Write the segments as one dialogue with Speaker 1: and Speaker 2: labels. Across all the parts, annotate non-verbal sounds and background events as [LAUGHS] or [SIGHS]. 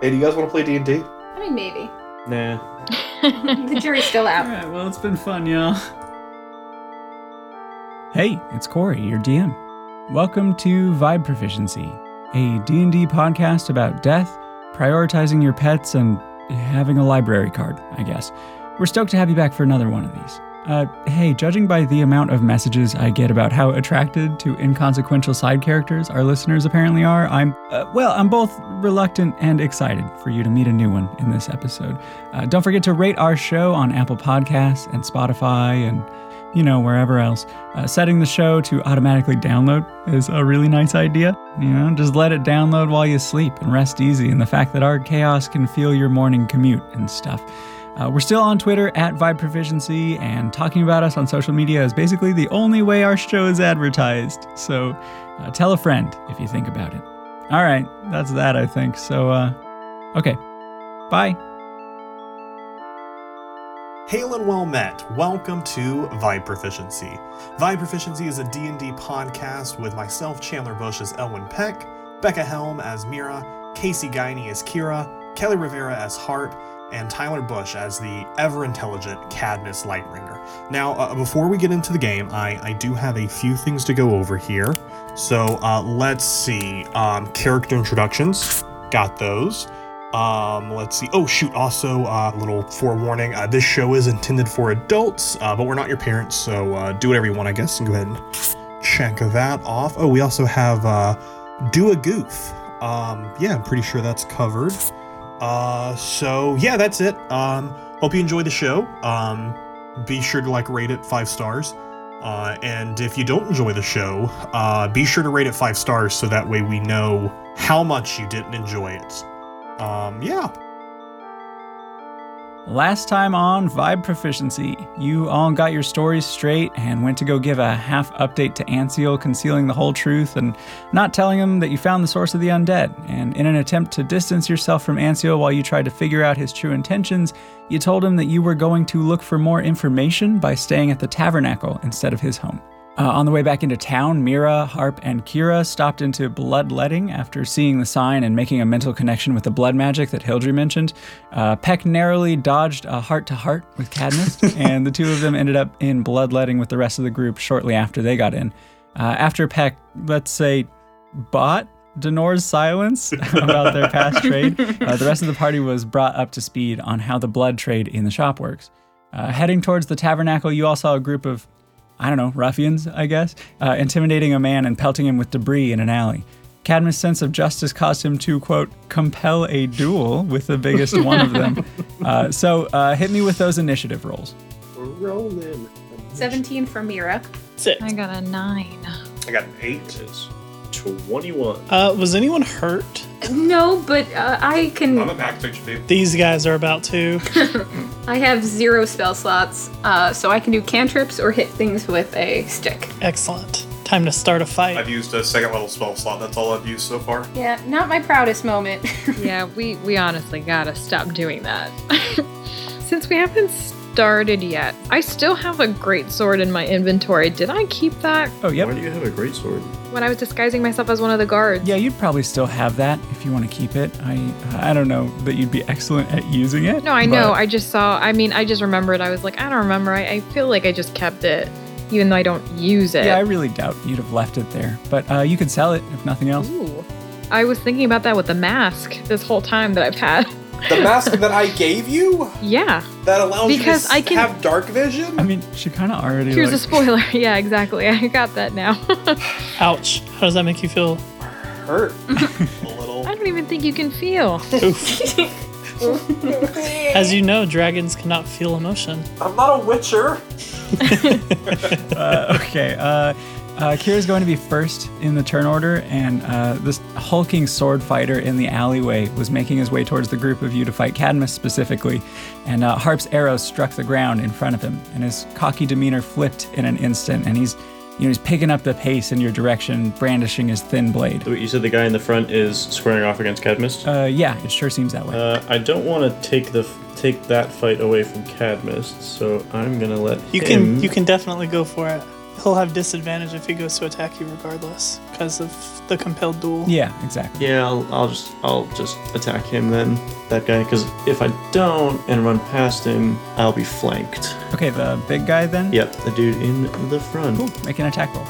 Speaker 1: Hey, do you guys want to play D and D?
Speaker 2: I mean, maybe. [LAUGHS]
Speaker 1: Nah.
Speaker 2: The jury's still
Speaker 3: All
Speaker 2: out.
Speaker 3: right, well, it's been fun, y'all. Hey, it's Corey, your DM. Welcome to Vibe Proficiency, a D&D podcast about death, prioritizing your pets, and having a library card, I guess. We're stoked to have you back for another one of these. Uh, hey, judging by the amount of messages I get about how attracted to inconsequential side characters our listeners apparently are, I'm, uh, well, I'm both reluctant and excited for you to meet a new one in this episode. Uh, don't forget to rate our show on Apple Podcasts and Spotify and, you know, wherever else. Uh, setting the show to automatically download is a really nice idea. You know, just let it download while you sleep and rest easy. And the fact that our chaos can feel your morning commute and stuff. Uh, we're still on Twitter at Vibe Proficiency, and talking about us on social media is basically the only way our show is advertised. So uh, tell a friend if you think about it. All right, that's that, I think. So, uh, okay. Bye.
Speaker 1: Hail and well met. Welcome to Vibe Proficiency. Vibe Proficiency is a D&D podcast with myself, Chandler Bush, as Elwin Peck, Becca Helm as Mira, Casey Guiney as Kira, Kelly Rivera as Harp, and Tyler Bush as the ever-intelligent Cadmus Lightbringer. Now, uh, before we get into the game, I, I do have a few things to go over here. So uh, let's see. Um, character introductions. Got those. Um, let's see. Oh, shoot. Also, uh, little forewarning. Uh, this show is intended for adults, uh, but we're not your parents, so uh, do whatever you want, I guess, and go ahead and check that off. Oh, we also have uh, Do a Goof. Um, yeah, I'm pretty sure that's covered. Uh, so, yeah, that's it. Um, hope you enjoy the show. Um, be sure to like rate it five stars. Uh, and if you don't enjoy the show, uh, be sure to rate it five stars so that way we know how much you didn't enjoy it. Um, yeah.
Speaker 3: Last time on Vibe Proficiency, you all got your stories straight and went to go give a half update to Anseal, concealing the whole truth and not telling him that you found the source of the undead. And in an attempt to distance yourself from Anseal while you tried to figure out his true intentions, you told him that you were going to look for more information by staying at the tabernacle instead of his home. Uh, on the way back into town, Mira, Harp, and Kira stopped into bloodletting after seeing the sign and making a mental connection with the blood magic that Hildry mentioned. Uh, Peck narrowly dodged a heart to heart with Cadmus, and the two of them ended up in bloodletting with the rest of the group shortly after they got in. Uh, after Peck, let's say, bought Denor's silence [LAUGHS] about their past trade, uh, the rest of the party was brought up to speed on how the blood trade in the shop works. Uh, heading towards the tabernacle, you all saw a group of I don't know, ruffians, I guess, uh, intimidating a man and pelting him with debris in an alley. Cadmus' sense of justice caused him to, quote, compel a duel with the biggest one
Speaker 4: [LAUGHS]
Speaker 3: of them. Uh, so uh, hit me with those initiative rolls.
Speaker 4: We're rolling.
Speaker 2: 17 for Mira.
Speaker 5: Six.
Speaker 6: I got a nine.
Speaker 1: I got an eight.
Speaker 4: Is 21.
Speaker 5: Uh, was anyone hurt?
Speaker 2: No, but uh, I can.
Speaker 4: a back picture, dude.
Speaker 5: These guys are about to.
Speaker 2: I have zero spell slots, uh, so I can do cantrips or hit things with a stick.
Speaker 5: Excellent. Time to start a fight.
Speaker 1: used a second level spell slot. That's all I've used so far.
Speaker 2: Yeah, not my proudest moment. [LAUGHS]
Speaker 6: Yeah, we, we honestly gotta stop doing that. [LAUGHS] Since we haven't started yet, I still have a great sword in my inventory. Did I keep that
Speaker 3: Oh,
Speaker 4: Why
Speaker 3: yep.
Speaker 4: do you have a great sword?
Speaker 6: when I was disguising myself as one of the guards?
Speaker 3: Yeah, you'd probably still have that if you want to keep it. I I don't know that you'd be excellent at using it.
Speaker 6: No, I know.
Speaker 3: but-
Speaker 6: I just saw, I mean, I just remembered. I was like, I don't remember. I, I feel like I just kept it, even though I don't use it.
Speaker 3: yeah, I really doubt you'd have left it there. But uh, you could sell it if nothing else.
Speaker 6: Ooh. I was thinking about that with the mask this whole time that I've had. [LAUGHS]
Speaker 7: The mask that I gave you
Speaker 6: yeah.
Speaker 7: that allows
Speaker 6: Because
Speaker 7: you to
Speaker 6: I can-
Speaker 7: have dark vision.
Speaker 6: [LAUGHS]
Speaker 3: I mean, she kind of already.
Speaker 6: Here's a
Speaker 3: like-
Speaker 6: spoiler. [LAUGHS] Yeah, exactly. I got that now. [LAUGHS]
Speaker 5: Ouch. How does that make you feel?
Speaker 7: hurt a little.
Speaker 6: I don't even think you can feel.
Speaker 5: Oof. As you know, dragons cannot feel emotion.
Speaker 7: I'm not a witcher.
Speaker 3: uh, okay. Uh, uh, Kira's going to be first in the turn order, and uh, this hulking sword fighter in the alleyway was making his way towards the group of you to fight Cadmus specifically. And uh, Harp's arrow struck the ground in front of him, and his cocky demeanor flipped in an instant, and he's you know, he's picking up the pace in your direction, brandishing his thin blade.
Speaker 8: Wait, you said the guy in the front is squaring off against Cadmus. Uh,
Speaker 3: Uh, yeah, it sure seems that way.
Speaker 8: I don't want to take the take that fight away from Cadmus, so I'm gonna let
Speaker 5: You
Speaker 8: him.
Speaker 5: can you can definitely go for it. He'll have disadvantage if he goes to attack you regardless because of the compelled duel.
Speaker 3: Yeah, exactly.
Speaker 8: Yeah, I'll, I'll just I'll just attack him then. That guy, because if I don't and run past him, I'll be flanked.
Speaker 3: Okay, the big guy then?
Speaker 8: Yep, the dude in the front.
Speaker 3: Cool. Make an attack roll.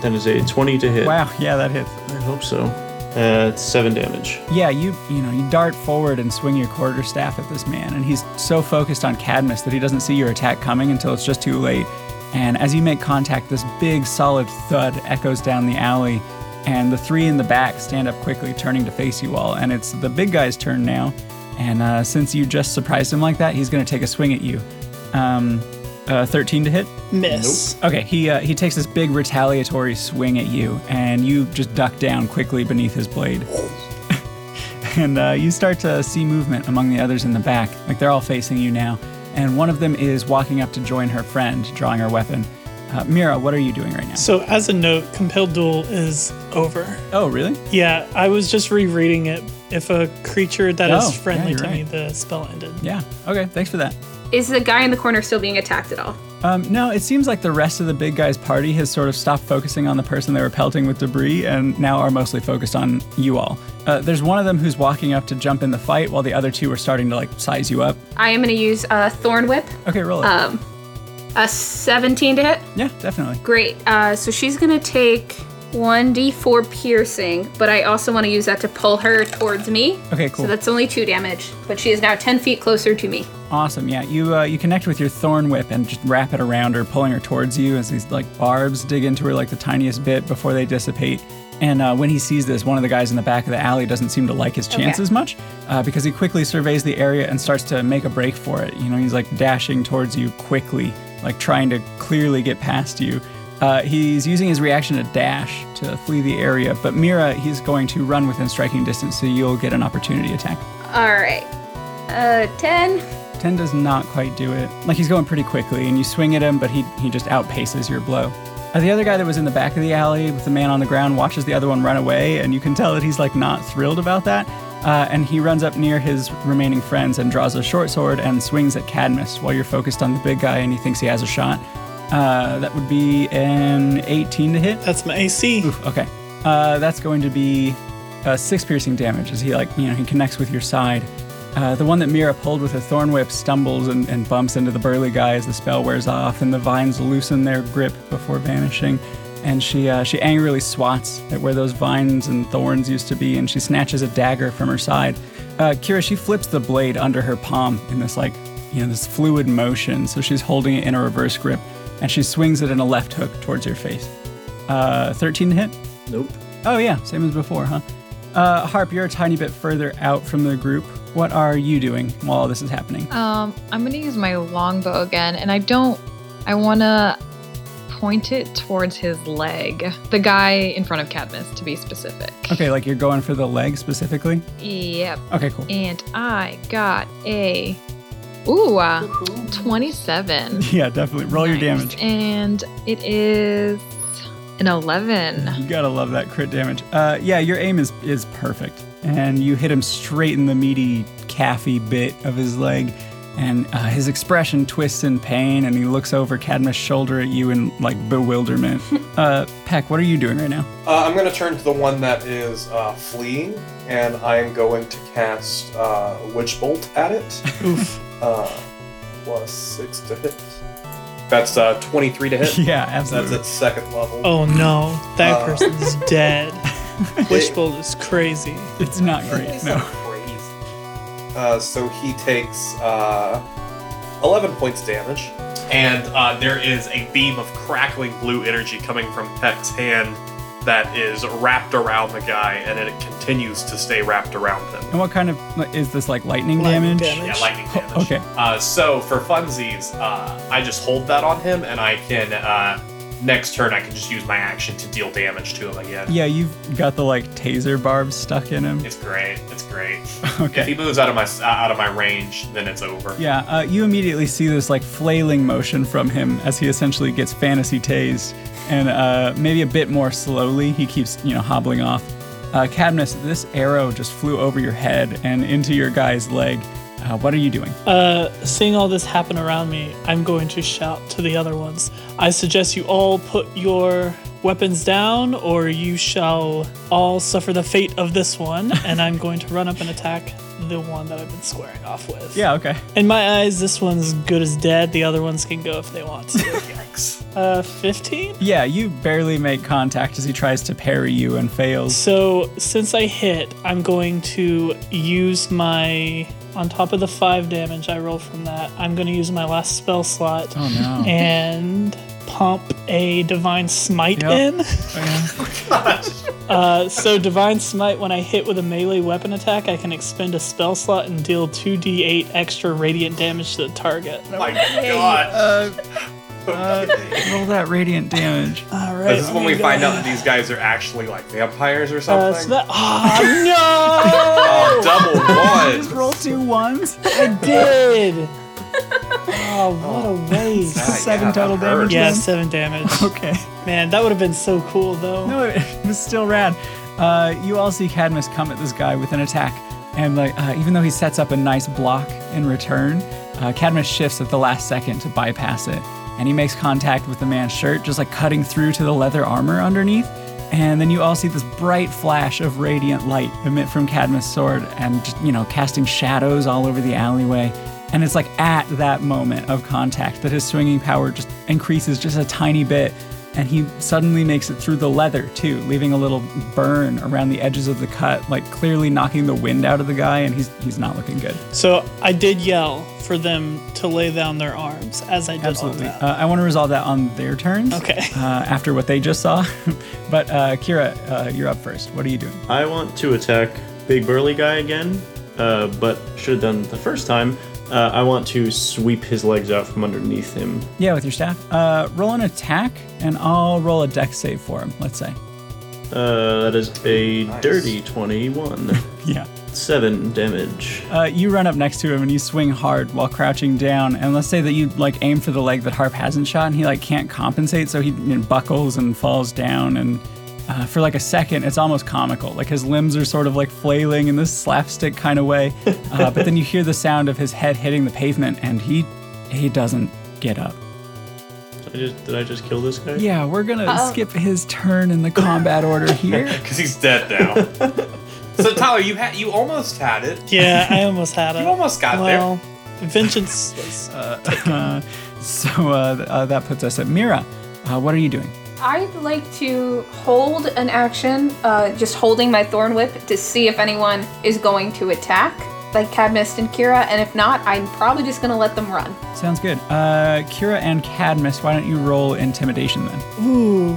Speaker 8: That is a 20 to hit.
Speaker 3: Wow, yeah, that hits.
Speaker 8: I hope so. Uh, it's seven damage.
Speaker 3: Yeah, you you know, you dart forward and swing your quarterstaff at this man, and he's so focused on Cadmus that he doesn't see your attack coming until it's just too late. And as you make contact, this big solid thud echoes down the alley, and the three in the back stand up quickly, turning to face you all. And it's the big guy's turn now. And uh, since you just surprised him like that, he's going to take a swing at you. Um, uh, 13 to hit.
Speaker 5: Miss.
Speaker 3: Okay, he uh, he takes this big retaliatory swing at you, and you just duck down quickly beneath his blade. [LAUGHS] and uh, you start to see movement among the others in the back, like they're all facing you now. And one of them is walking up to join her friend, drawing her weapon. Uh, Mira, what are you doing right now?
Speaker 5: So, as a note, compelled duel is over.
Speaker 3: Oh, really?
Speaker 5: Yeah, I was just rereading it. If a creature that is
Speaker 3: Oh, yeah,
Speaker 5: friendly
Speaker 3: you're
Speaker 5: to me,
Speaker 3: right.
Speaker 5: the spell ended.
Speaker 3: Yeah. Okay. Thanks for that.
Speaker 2: Is the guy in the corner still being attacked at all?
Speaker 3: Um, no, it seems like the rest of the big guys' party has sort of stopped focusing on the person they were pelting with debris and now are mostly focused on you all. Uh, there's one of them who's walking up to jump in the fight while the other two are starting to like size you up.
Speaker 2: I am going to use uh, Thorn Whip.
Speaker 3: Okay, roll it.
Speaker 2: A 17 to hit.
Speaker 3: yeah, definitely.
Speaker 2: Great. Uh, so she's going to take 1d4 piercing, but I also want to use that to pull her towards me.
Speaker 3: Okay, cool.
Speaker 2: So that's only two damage, but she is now 10 feet closer to me.
Speaker 3: Awesome. Yeah, you uh, you connect with your thorn whip and just wrap it around her, pulling her towards you as these like barbs dig into her like the tiniest bit before they dissipate. And uh, when he sees this, one of the guys in the back of the alley doesn't seem to like his chances much uh, because he quickly surveys the area and starts to make a break for it. You know, he's like dashing towards you quickly, like trying to clearly get past you. Uh, he's using his reaction to dash to flee the area, but Mira, he's going to run within striking distance, so you'll get an opportunity attack.
Speaker 2: All right. Uh, 10.
Speaker 3: 10 does not quite do it. Like he's going pretty quickly and you swing at him, but he, he just outpaces your blow. Uh, the other guy that was in the back of the alley with the man on the ground watches the other one run away, and you can tell that he's like not thrilled about that. Uh, and he runs up near his remaining friends and draws a short sword and swings at Cadmus while you're focused on the big guy and he thinks he has a shot. Uh, that would be an 18 to hit.
Speaker 5: That's my AC.
Speaker 3: Oof, okay. Uh, that's going to be uh, six piercing damage as he like you know he connects with your side. Uh, the one that Mira pulled with her thorn whip stumbles and, and bumps into the burly guy as the spell wears off, and the vines loosen their grip before vanishing. And she uh, she angrily swats at where those vines and thorns used to be, and she snatches a dagger from her side. Uh, Kira, she flips the blade under her palm in this like you know this fluid motion, so she's holding it in a reverse grip, and she swings it in a left hook towards your face. Uh, 13 to hit?
Speaker 8: Nope.
Speaker 3: Oh, yeah, same as before, huh? Uh, Harp, you're a tiny bit further out from the group. What are you doing while all this is happening?
Speaker 6: Um, I'm gonna use my longbow again, and I don't. I wanna point it towards his leg, the guy in front of Cadmus, to be specific.
Speaker 3: Okay, like you're going for the leg specifically?
Speaker 6: Yep.
Speaker 3: Okay, cool.
Speaker 6: And I got a ooh, uh, 27.
Speaker 3: [LAUGHS] Yeah, definitely. Roll your
Speaker 6: Nice.
Speaker 3: damage.
Speaker 6: And it is an 11.
Speaker 3: You gotta love that crit damage. Uh, yeah, your aim is, is perfect. And you hit him straight in the meaty, calfy bit of his leg. And uh, his expression twists in pain, and he looks over Cadmus' shoulder at you in like bewilderment. uh, Peck, what are you doing right now?
Speaker 9: Uh, I'm going to turn to the one that is uh, fleeing, and I am going to cast uh, Witch Bolt at
Speaker 6: [LAUGHS]
Speaker 9: it. Uh, plus six to hit. That's uh, 23
Speaker 6: [LAUGHS]
Speaker 9: to hit.
Speaker 3: yeah,
Speaker 9: That's
Speaker 3: absolutely.
Speaker 9: at second level.
Speaker 5: Oh no, that
Speaker 9: Uh.
Speaker 5: person's dead. Wishbolt is crazy.
Speaker 3: It's not great. No.
Speaker 9: Uh, so he takes uh, 11 points damage.
Speaker 7: and uh, there is a beam of crackling blue energy coming from Peck's hand that is wrapped around the guy, and it continues to stay wrapped around him.
Speaker 3: And what kind of like, is this like lightning,
Speaker 5: Lightning
Speaker 3: damage?
Speaker 5: damage.
Speaker 7: Yeah, lightning damage.
Speaker 3: Okay.
Speaker 7: Uh, so for funsies, uh, I just hold that on him, and I can uh, next turn I can just use my action to deal damage to him again.
Speaker 3: Yeah, you've got the like taser barbs stuck in him.
Speaker 7: It's great. It's great. If he
Speaker 3: [LAUGHS] Okay.
Speaker 7: moves out of my s- uh, out of my range, then it's over.
Speaker 3: Yeah, uh, you immediately see this like flailing motion from him as he essentially gets fantasy tased, and uh, maybe a bit more slowly he keeps you know hobbling off. Uh, Cadmus, this arrow just flew over your head and into your guy's leg. Uh, what are you doing?
Speaker 5: Uh, seeing all this happen around me, I'm going to shout to the other ones. I suggest you all put your weapons down, or you shall all suffer the fate of this one. and I'm going to run up and attack the one that I've been squaring off with.
Speaker 3: Yeah, okay.
Speaker 5: In my eyes, this one's good as dead. The other ones can go if they want to. Uh, 15?
Speaker 3: Yeah, you barely make contact as he tries to parry you and
Speaker 5: [LAUGHS]
Speaker 3: fails.
Speaker 5: So since I hit, I'm going to use my on top of the five damage I roll from that. I'm going to use my last spell slot
Speaker 3: Oh no.
Speaker 5: and pump a divine smite
Speaker 3: Yep.
Speaker 5: in. [LAUGHS] Uh, so divine smite, when I hit with a melee weapon attack, I can expend a spell slot and deal 2d8 extra radiant damage to the target.
Speaker 9: Oh My God.
Speaker 3: Uh, roll that radiant damage.
Speaker 5: All right.
Speaker 9: This is when we find out that these guys are actually like vampires or
Speaker 5: Uh, so
Speaker 9: something.
Speaker 5: that, oh
Speaker 9: Oh,
Speaker 3: Just
Speaker 5: [LAUGHS]
Speaker 9: double one.
Speaker 3: roll two ones.
Speaker 5: no! I did. [LAUGHS] Oh, what a waste.
Speaker 3: Seven
Speaker 9: Ah, yeah,
Speaker 3: total
Speaker 9: that hurt.
Speaker 3: damage.
Speaker 5: Yeah, seven damage.
Speaker 3: [LAUGHS] Okay.
Speaker 5: Man, that would have been so cool though.
Speaker 3: No, it was still rad. Uh, you all see Cadmus come at this guy with an attack, and like uh, even though he sets up a nice block in return, uh, Cadmus shifts at the last second to bypass it, and he makes contact with the man's shirt, just like cutting through to the leather armor underneath. And then you all see this bright flash of radiant light emit from Cadmus' sword, and just, you know, casting shadows all over the alleyway. And it's like at that moment of contact that his swinging power just increases just a tiny bit. And he suddenly makes it through the leather too, leaving a little burn around the edges of the cut, like clearly knocking the wind out of the guy. And he's he's not looking good.
Speaker 5: So I did yell for them to lay down their arms as I did
Speaker 3: Absolutely.
Speaker 5: all that.
Speaker 3: Uh, I want to resolve that on their turns.
Speaker 5: Okay. [LAUGHS]
Speaker 3: Uh, after what they just saw, [LAUGHS] but uh, Kira, uh, you're up first. What are you doing?
Speaker 8: I want to attack Big Burly Guy again, uh, but should have done the first time. Uh, I want to sweep his legs out from underneath him.
Speaker 3: Yeah, with your staff. Uh, roll an attack, and I'll roll a deck save for him. Let's say.
Speaker 8: Uh, that is a dirty 21.
Speaker 3: Yeah.
Speaker 8: [LAUGHS] Seven damage.
Speaker 3: Uh, you run up next to him and you swing hard while crouching down. And let's say that you like aim for the leg that Harp hasn't shot, and he like can't compensate, so he you know, buckles and falls down. And uh, for like a second, it's almost comical. Like his limbs are sort of like flailing in this slapstick kind of [LAUGHS] way. Uh, but then you hear the sound of his head hitting the pavement, and he he doesn't get up.
Speaker 8: Did I just, did I just kill this guy?
Speaker 3: Yeah, we're gonna skip his turn in the combat order [LAUGHS] here.
Speaker 9: Because he's dead now. so Tyler, you had you almost had it.
Speaker 5: Yeah, I almost had it.
Speaker 9: You almost got there.
Speaker 5: well, uh, vengeance was
Speaker 3: so uh, th- uh, that puts us at Mira. Uh, what are you doing?
Speaker 2: I'd like to hold an action, uh, just holding my thorn whip to see if anyone is going to attack, like Cadmus and Kira, and if not, I'm probably just gonna let them run.
Speaker 3: Sounds good. Uh, Kira and Cadmus, why don't you roll intimidation then?
Speaker 5: ooh,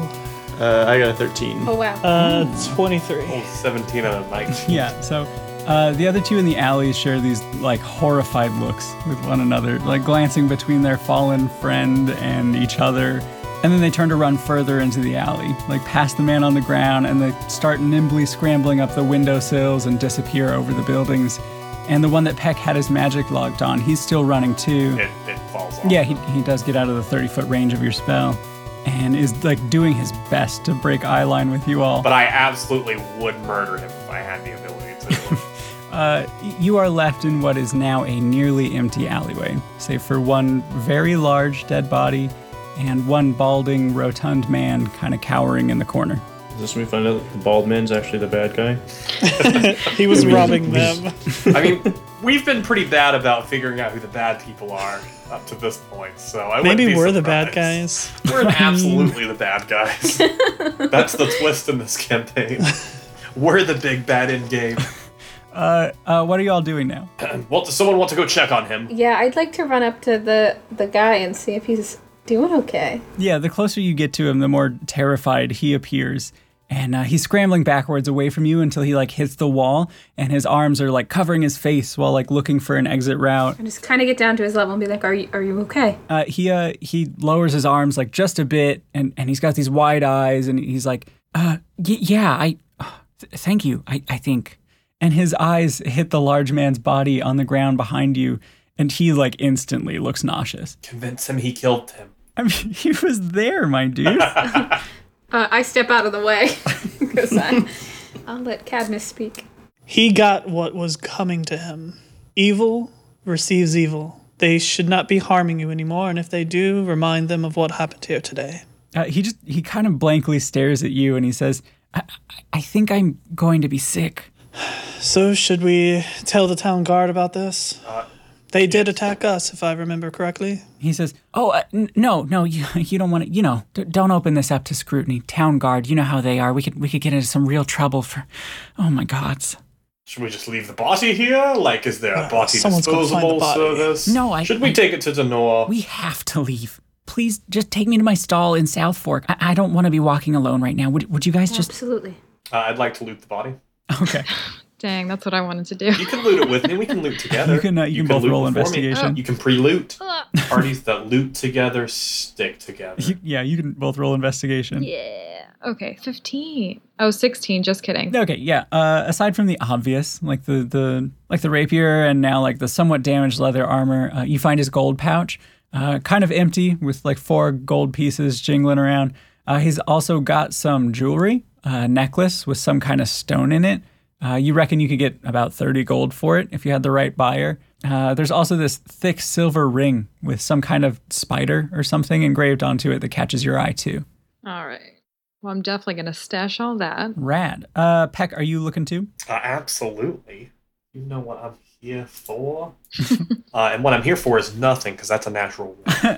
Speaker 8: Uh, I got a 13.
Speaker 2: Oh wow.
Speaker 5: uh, 23.
Speaker 9: Oh, 17 out
Speaker 5: [LAUGHS]
Speaker 9: of 19.
Speaker 3: Yeah. So uh, the other two in the alley share these like horrified looks with one another, like glancing between their fallen friend and each other. And then they turn to run further into the alley, like past the man on the ground, and they start nimbly scrambling up the windowsills and disappear over the buildings. And the one that Peck had his magic logged on, he's still running too.
Speaker 9: It, it falls off.
Speaker 3: Yeah, he, he does get out of the 30 foot range of your spell and is like doing his best to break eye line with you all.
Speaker 9: But I absolutely would murder him if I had the ability to.
Speaker 3: Uh, you are left in what is now a nearly empty alleyway, save for one very large dead body and one balding, rotund man kind of cowering in the corner.
Speaker 8: Is this when we find out that the bald man's actually the bad guy?
Speaker 5: He was robbing them. [LAUGHS]
Speaker 9: I mean, we've been pretty bad about figuring out who the bad people are up to this point, so I wouldn't
Speaker 5: Maybe
Speaker 9: be
Speaker 5: we're the bad
Speaker 9: surprised.
Speaker 5: guys.
Speaker 9: We're absolutely the bad guys. That's the twist in this campaign. We're the big bad in game.
Speaker 3: Uh, uh, what are you all doing now?
Speaker 9: Well, does someone want to go check on him?
Speaker 2: yeah, I'd like to run up to the the guy and see if he's doing okay.
Speaker 3: Yeah, the closer you get to him, the more terrified he appears. And uh, he's scrambling backwards away from you until he like hits the wall, and his arms are like covering his face while like looking for an exit route.
Speaker 2: And just kind of get down to his level and be like, "Are you are you okay?"
Speaker 3: uh, he uh, he lowers his arms like just a bit, and and he's got these wide eyes, and he's like, uh, y- yeah, I, uh, th- thank you, I, I think. And his eyes hit the large man's body on the ground behind you, and he like instantly looks nauseous.
Speaker 9: Convince him he killed him.
Speaker 3: I mean, [LAUGHS] he was there, my
Speaker 9: [LAUGHS]
Speaker 3: dude.
Speaker 2: Uh, I step out of the way [LAUGHS] because I'll let Cadmus speak.
Speaker 5: He got what was coming to him evil, receives evil. They should not be harming you anymore, and if they do, remind them of what happened here today.
Speaker 3: Uh, he just he kind of blankly stares at you and he says, I, I- "I think I'm going to be sick."
Speaker 5: So, should we tell the town guard about this? they did attack us, if I remember correctly.
Speaker 3: He says, "Oh uh, n- no, no, [LAUGHS] you, you don't want to. You know, d- don't open this up to scrutiny. Town guard, you know how they are. We could we could get into some real trouble for. Oh my gods,
Speaker 7: Should we just leave the body here? Like, is there
Speaker 3: Uh,
Speaker 7: a body
Speaker 5: someone's gonna find the
Speaker 7: disposable
Speaker 5: body.
Speaker 7: service?
Speaker 3: No, I-
Speaker 7: Should we
Speaker 3: I-
Speaker 7: take it to the Noah?
Speaker 3: we have to leave. Please just take me to my stall in South Fork. I, I don't want to be walking alone right now. Would would you guys just?
Speaker 2: Absolutely.
Speaker 7: Uh, I'd like to loot the body.
Speaker 3: [LAUGHS] Okay,
Speaker 6: Dang, that's what I wanted to do.
Speaker 7: You
Speaker 6: [LAUGHS]
Speaker 7: can loot it with me. We can
Speaker 3: [LAUGHS]
Speaker 7: loot together.
Speaker 3: You can, uh, you can both
Speaker 7: loot
Speaker 3: roll
Speaker 7: before me.
Speaker 3: investigation.
Speaker 7: You can pre-loot.
Speaker 6: [LAUGHS] Ah,
Speaker 7: Parties that loot together stick together.
Speaker 3: You- yeah, you can both roll investigation.
Speaker 6: yeah. Okay, 15. Oh, 16. Just kidding.
Speaker 3: Okay, yeah. Uh, aside from the obvious, like the the like the rapier and now like the somewhat damaged leather armor, uh, you find his gold pouch, uh, kind of empty with like four gold pieces jingling around. Uh, he's also got some jewelry, a necklace with some kind of stone in it. Uh, you reckon you could get about thirty gold for it if you had the right buyer. Uh, there's also this thick silver ring with some kind of spider or something engraved onto it that catches your eye too.
Speaker 6: All right. Well, I'm definitely going to stash all that.
Speaker 3: Rad. Uh, Peck, are you looking too?
Speaker 7: Uh, absolutely. You know what I'm here
Speaker 3: [LAUGHS]
Speaker 7: for. uh, and what I'm here for is nothing because that's a natural one.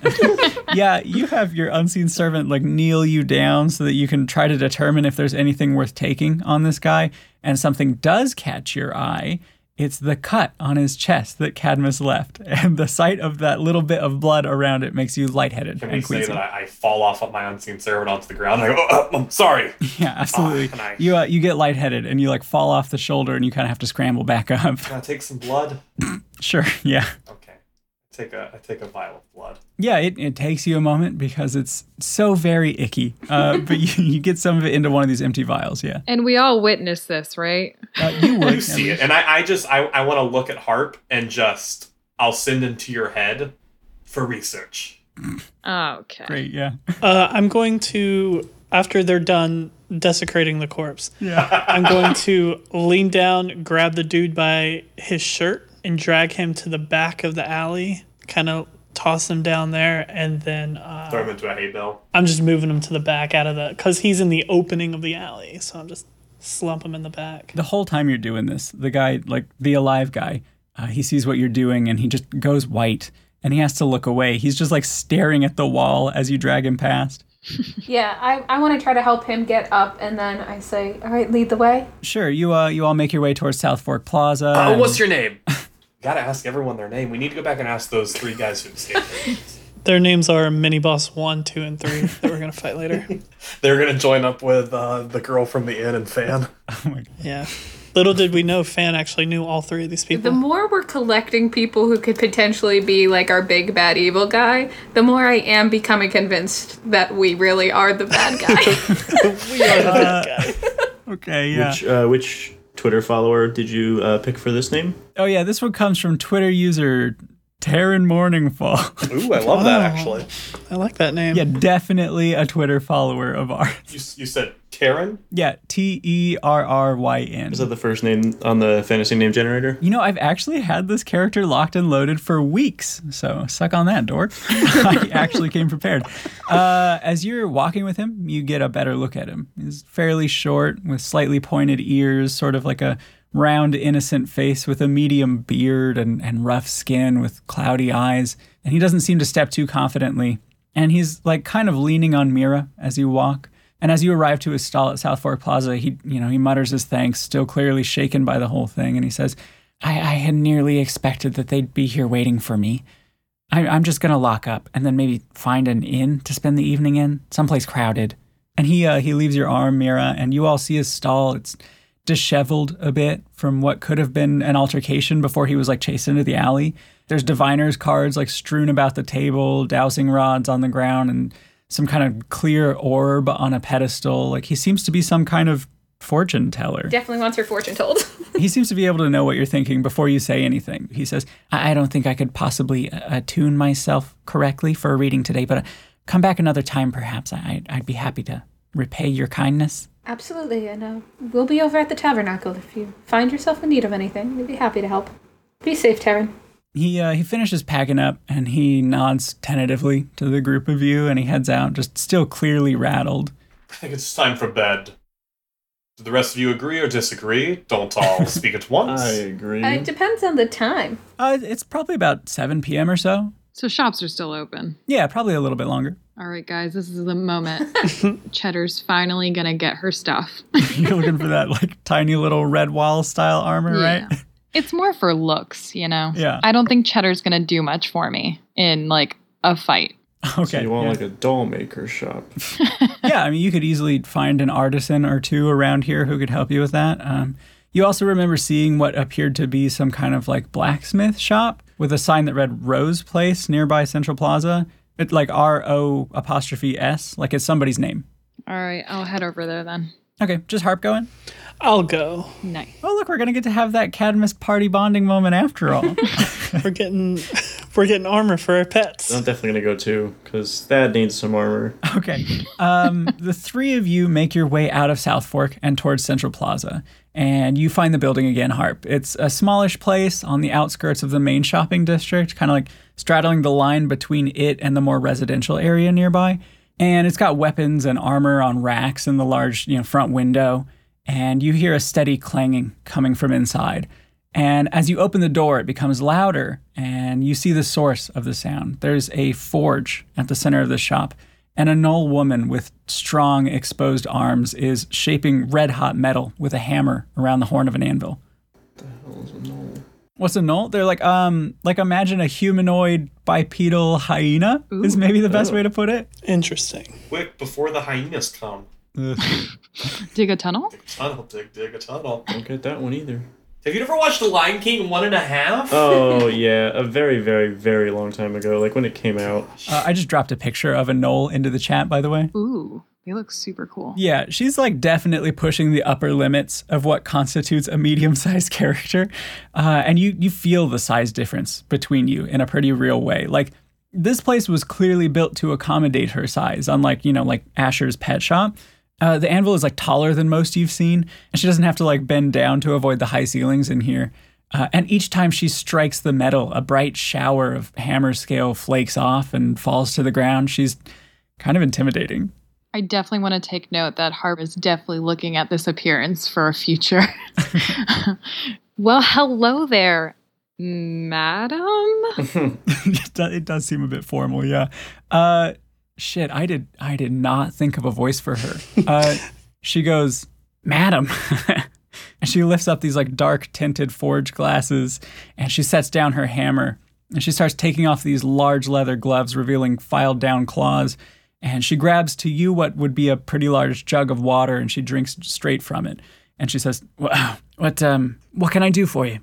Speaker 3: yeah, you have your unseen servant like kneel you down so that you can try to determine if there's anything worth taking on this guy. And something does catch your eye. It's the cut on his chest that Cadmus left, [LAUGHS] and the sight of that little bit of blood around it makes you lightheaded
Speaker 7: Can we
Speaker 3: and
Speaker 7: say
Speaker 3: queasy.
Speaker 7: that I, I fall off of my unseen servant onto the ground? And I go, oh, uh, I'm sorry.
Speaker 3: Yeah, absolutely.
Speaker 7: Ah, can I-
Speaker 3: you uh, you get lightheaded and you like fall off the shoulder and you kind of have to scramble back [LAUGHS] up.
Speaker 7: Can I take some blood?
Speaker 3: sure, yeah.
Speaker 7: Okay. I take a I take a vial of [LAUGHS] blood.
Speaker 3: Yeah, it, it takes you a moment because it's so very icky, uh, but [LAUGHS] you, you get some of it into one of these empty vials. Yeah,
Speaker 6: And we all witnessed this, right?
Speaker 3: uh, you would
Speaker 7: [LAUGHS] You see it, and I, I just I, I want to look at Harp and just I'll send into your head for research.
Speaker 6: Oh, Okay.
Speaker 3: Great, yeah.
Speaker 5: Uh, I'm going to, after they're done desecrating the corpse,
Speaker 3: Yeah.
Speaker 5: I'm going to lean down, grab the dude by his shirt, and drag him to the back of the alley, kind of toss him down there, and then uh,
Speaker 7: Throw him into a hay bale.
Speaker 5: I'm just moving him to the back out of the, because he's in the opening of the alley. So I'm just slump him in the back.
Speaker 3: The whole time you're doing this, the guy, like the alive guy, uh, he sees what you're doing and he just goes white and he has to look away. He's just like staring at the wall as you drag him past.
Speaker 2: Yeah, I, I want to try to help him get up, and then I say, all right, lead the way.
Speaker 3: Sure, you uh, you all make your way towards South Fork Plaza.
Speaker 7: Oh,
Speaker 3: and-
Speaker 7: what's your name? [LAUGHS] Gotta ask everyone their name. We need to go back and ask those three guys who escaped.
Speaker 5: Their names are Mini Boss 1, 2, and 3 that we're going to fight later.
Speaker 7: [LAUGHS] They're gonna join up with uh, the girl from the inn and Fan.
Speaker 5: Yeah. Little did we know Fan actually knew all three of these
Speaker 2: The
Speaker 5: people.
Speaker 2: more we're collecting people who could potentially be like our big bad evil guy, the more I am becoming convinced that we really are the bad guy. [LAUGHS]
Speaker 5: we are the bad guy.
Speaker 3: okay, yeah.
Speaker 8: Which, uh, which Twitter follower did you uh, pick for this name?
Speaker 3: oh yeah, this one comes from Twitter user Taryn Morningfall. [LAUGHS]
Speaker 7: Ooh, I love
Speaker 3: Oh.
Speaker 7: that actually.
Speaker 5: I like that name.
Speaker 3: yeah, definitely a Twitter follower of ours.
Speaker 7: You, s- you said Taryn.
Speaker 3: Yeah, T E R R Y N.
Speaker 8: Is that the first name on the fantasy name generator?
Speaker 3: [LAUGHS] You know, I've actually had this character locked and loaded for weeks. So suck on that, dork. [LAUGHS] I actually came prepared. Uh, as you're walking with him, you get a better look at him. He's fairly short with slightly pointed ears, sort of like a round, innocent face with a medium beard and, and rough skin with cloudy eyes. And he doesn't seem to step too confidently. And he's like kind of leaning on Mira as you walk. And as you arrive to his stall at South Fork Plaza, he you know he mutters his thanks, still clearly shaken by the whole thing, and he says, I, I had nearly expected that they'd be here waiting for me. I, I'm just gonna lock up and then maybe find an inn to spend the evening in, someplace crowded. And he uh, he leaves your arm, Mira, and you all see his stall. It's disheveled a bit from what could have been an altercation before he was like chased into the alley. There's diviner's cards like strewn about the table, dowsing rods on the ground, and some kind of clear orb on a pedestal. Like he seems to be some kind of fortune teller
Speaker 2: Definitely wants her fortune told.
Speaker 3: he seems to be able to know what you're thinking before you say anything. He says, I, I don't think I could possibly uh, attune myself correctly for a reading today, but uh, come back another time, perhaps. I, I'd, I'd be happy to repay your kindness.
Speaker 2: Absolutely, and uh, we'll be over at the tabernacle if you find yourself in need of anything. We'd be happy to help. Be safe, Taryn.
Speaker 3: He uh, he finishes packing up and he nods tentatively to the group of you and he heads out, just still clearly rattled.
Speaker 9: I think it's time for bed. Do the rest of you agree or disagree? Don't all speak at once.
Speaker 8: I agree.
Speaker 2: Uh, it depends on the time.
Speaker 3: Uh, it's probably about 7 p.m. or so.
Speaker 6: So shops are still open.
Speaker 3: Yeah, probably a little bit longer. [LAUGHS]
Speaker 6: All right, guys, this is the moment. Cheddar's finally gonna get her stuff. [LAUGHS]
Speaker 3: You're looking for that like tiny little red wall style armor,
Speaker 6: Yeah.
Speaker 3: right? [LAUGHS]
Speaker 6: It's more for looks, you know?
Speaker 3: Yeah.
Speaker 6: I don't think Cheddar's gonna do much for me in like a fight.
Speaker 3: Okay.
Speaker 8: So you want
Speaker 3: yeah.
Speaker 8: like a doll maker shop?
Speaker 3: yeah, I mean, you could easily find an artisan or two around here who could help you with that. Um, you also remember seeing what appeared to be some kind of like blacksmith shop with a sign that read Rose Place nearby Central Plaza. It like R O apostrophe S, like it's somebody's name.
Speaker 6: All right, I'll head over there then.
Speaker 3: Okay, just harp going.
Speaker 5: I'll go.
Speaker 6: Nice.
Speaker 3: Oh look, we're gonna get to have that Cadmus party bonding moment after all.
Speaker 5: We're getting [LAUGHS] we're getting armor for our pets.
Speaker 8: I'm definitely gonna go too, because Thad needs
Speaker 3: [LAUGHS]
Speaker 8: some armor.
Speaker 3: Okay. Um, the three of you make your way out of South Fork and towards Central Plaza, and you find the building again, Harp. It's a smallish place on the outskirts of the main shopping district, kind of like straddling the line between it and the more residential area nearby. And it's got weapons and armor on racks in the large, you know, front window. And you hear a steady clanging coming from inside. And as you open the door, it becomes louder, and you see the source of the sound. There's a forge at the center of the shop, and a null woman with strong, exposed arms is shaping red hot metal with a hammer around the horn of an anvil. What's a null? They're like, um, like imagine a humanoid bipedal hyena is maybe the best way to put it.
Speaker 5: Interesting.
Speaker 9: Quick, before the hyenas come.
Speaker 3: Uh,
Speaker 6: Dig a tunnel?
Speaker 9: Tunnel, dig, dig a tunnel.
Speaker 8: Don't get that one either.
Speaker 9: Have you ever watched The Lion King one and a half?
Speaker 8: Oh yeah, a very, very, very long time ago, like when it came out.
Speaker 3: Uh, I just dropped a picture of a null into the chat, by the way.
Speaker 6: Ooh, they look super cool.
Speaker 3: Yeah, she's like definitely pushing the upper limits of what constitutes a medium-sized [LAUGHS] character, uh, and you you feel the size difference between you in a pretty real way. Like this place was clearly built to accommodate her size, unlike you know like Asher's pet shop. Uh, the anvil is like taller than most you've seen, and she doesn't have to like bend down to avoid the high ceilings in here. Uh, and each time she strikes the metal, a bright shower of hammer scale flakes off and falls to the ground. She's kind of intimidating.
Speaker 6: I definitely want to take note that Harp is definitely looking at this appearance for
Speaker 3: [LAUGHS]
Speaker 6: a future. [LAUGHS] well, hello there, madam.
Speaker 3: [LAUGHS] it, do- it does seem a bit formal, yeah. Uh, shit, I did I did not think of a voice for her. Uh, she goes, "Madam," [LAUGHS] and she lifts up these like dark tinted forge glasses, and she sets down her hammer, and she starts taking off these large leather gloves, revealing filed down claws. And she grabs to you what would be a pretty large jug of water, and she drinks straight from it. And she says, "Wha- "What um, what can I do for you?"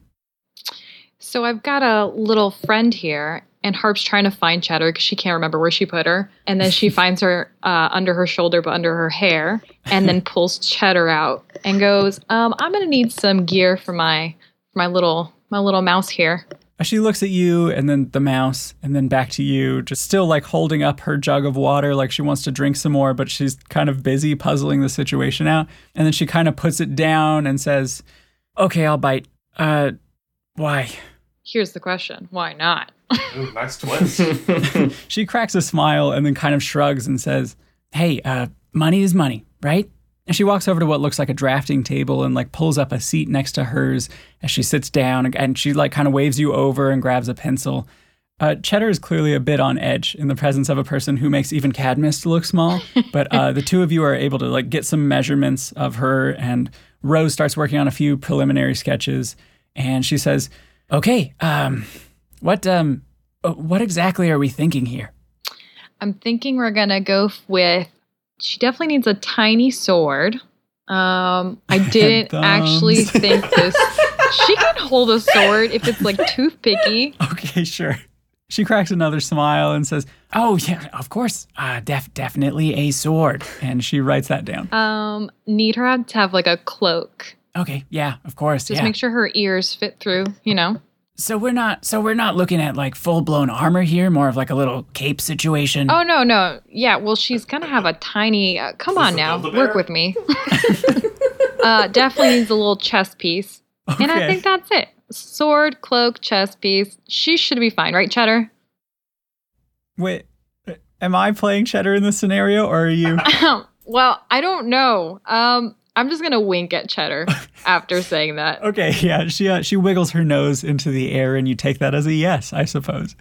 Speaker 6: So I've got a little friend here, and Harp's trying to find Cheddar because she can't remember where she put her. And then she finds her uh, under her shoulder, but under her hair, and then pulls Cheddar out and goes, um, "I'm gonna need some gear for my for my little my little mouse here."
Speaker 3: She looks at you and then the mouse and then back to you, just still like holding up her jug of water, like she wants to drink some more, but she's kind of busy puzzling the situation out. And then she kind of puts it down and says, Okay, I'll bite. Uh, why?
Speaker 6: Here's the question: Why not?
Speaker 9: Ooh, nice twist.
Speaker 3: She cracks a smile and then kind of shrugs and says, Hey, uh, money is money, right? And she walks over to what looks like a drafting table and like pulls up a seat next to hers as she sits down and- and she like kind of waves you over and grabs a pencil. Uh, Cheddar is clearly a bit on edge in the presence of a person who makes even Cadmus look small, but uh, the two of you are able to like get some measurements of her, and Rose starts working on a few preliminary sketches, and she says, "Okay, um, what um, uh, what exactly are we thinking here?"
Speaker 6: I'm thinking we're gonna go f- with. She definitely needs a tiny sword. Um, I didn't
Speaker 3: Thumbs.
Speaker 6: actually think this. She can hold a sword if it's like toothpicky.
Speaker 3: [LAUGHS] Okay, sure. She cracks another smile and says, "Oh yeah, of course, uh, def- definitely a sword." And she writes that down.
Speaker 6: Um, need her to have like a cloak.
Speaker 3: Okay, yeah, of course,
Speaker 6: Just
Speaker 3: yeah.
Speaker 6: make sure her ears fit through. You know.
Speaker 3: So we're not so we're not looking at like full blown armor here, more of like a little cape situation.
Speaker 6: Oh no, no, yeah. Well, she's gonna have a tiny. Uh, come on now,
Speaker 9: Build-A-Bear?
Speaker 6: work with me. uh, definitely needs a little chest piece, and I
Speaker 3: Okay.
Speaker 6: think that's it. sword, cloak, chest piece. She should be fine, right, Cheddar? [LAUGHS]
Speaker 3: Wait, am I playing Cheddar in this scenario, or are you?
Speaker 6: well, I don't know. Um, I'm just gonna wink
Speaker 3: [LAUGHS]
Speaker 6: at Cheddar after saying that.
Speaker 3: Okay, [LAUGHS] yeah, she uh, she wiggles her nose into the air, and you take that as a yes, I
Speaker 6: [LAUGHS]
Speaker 3: suppose.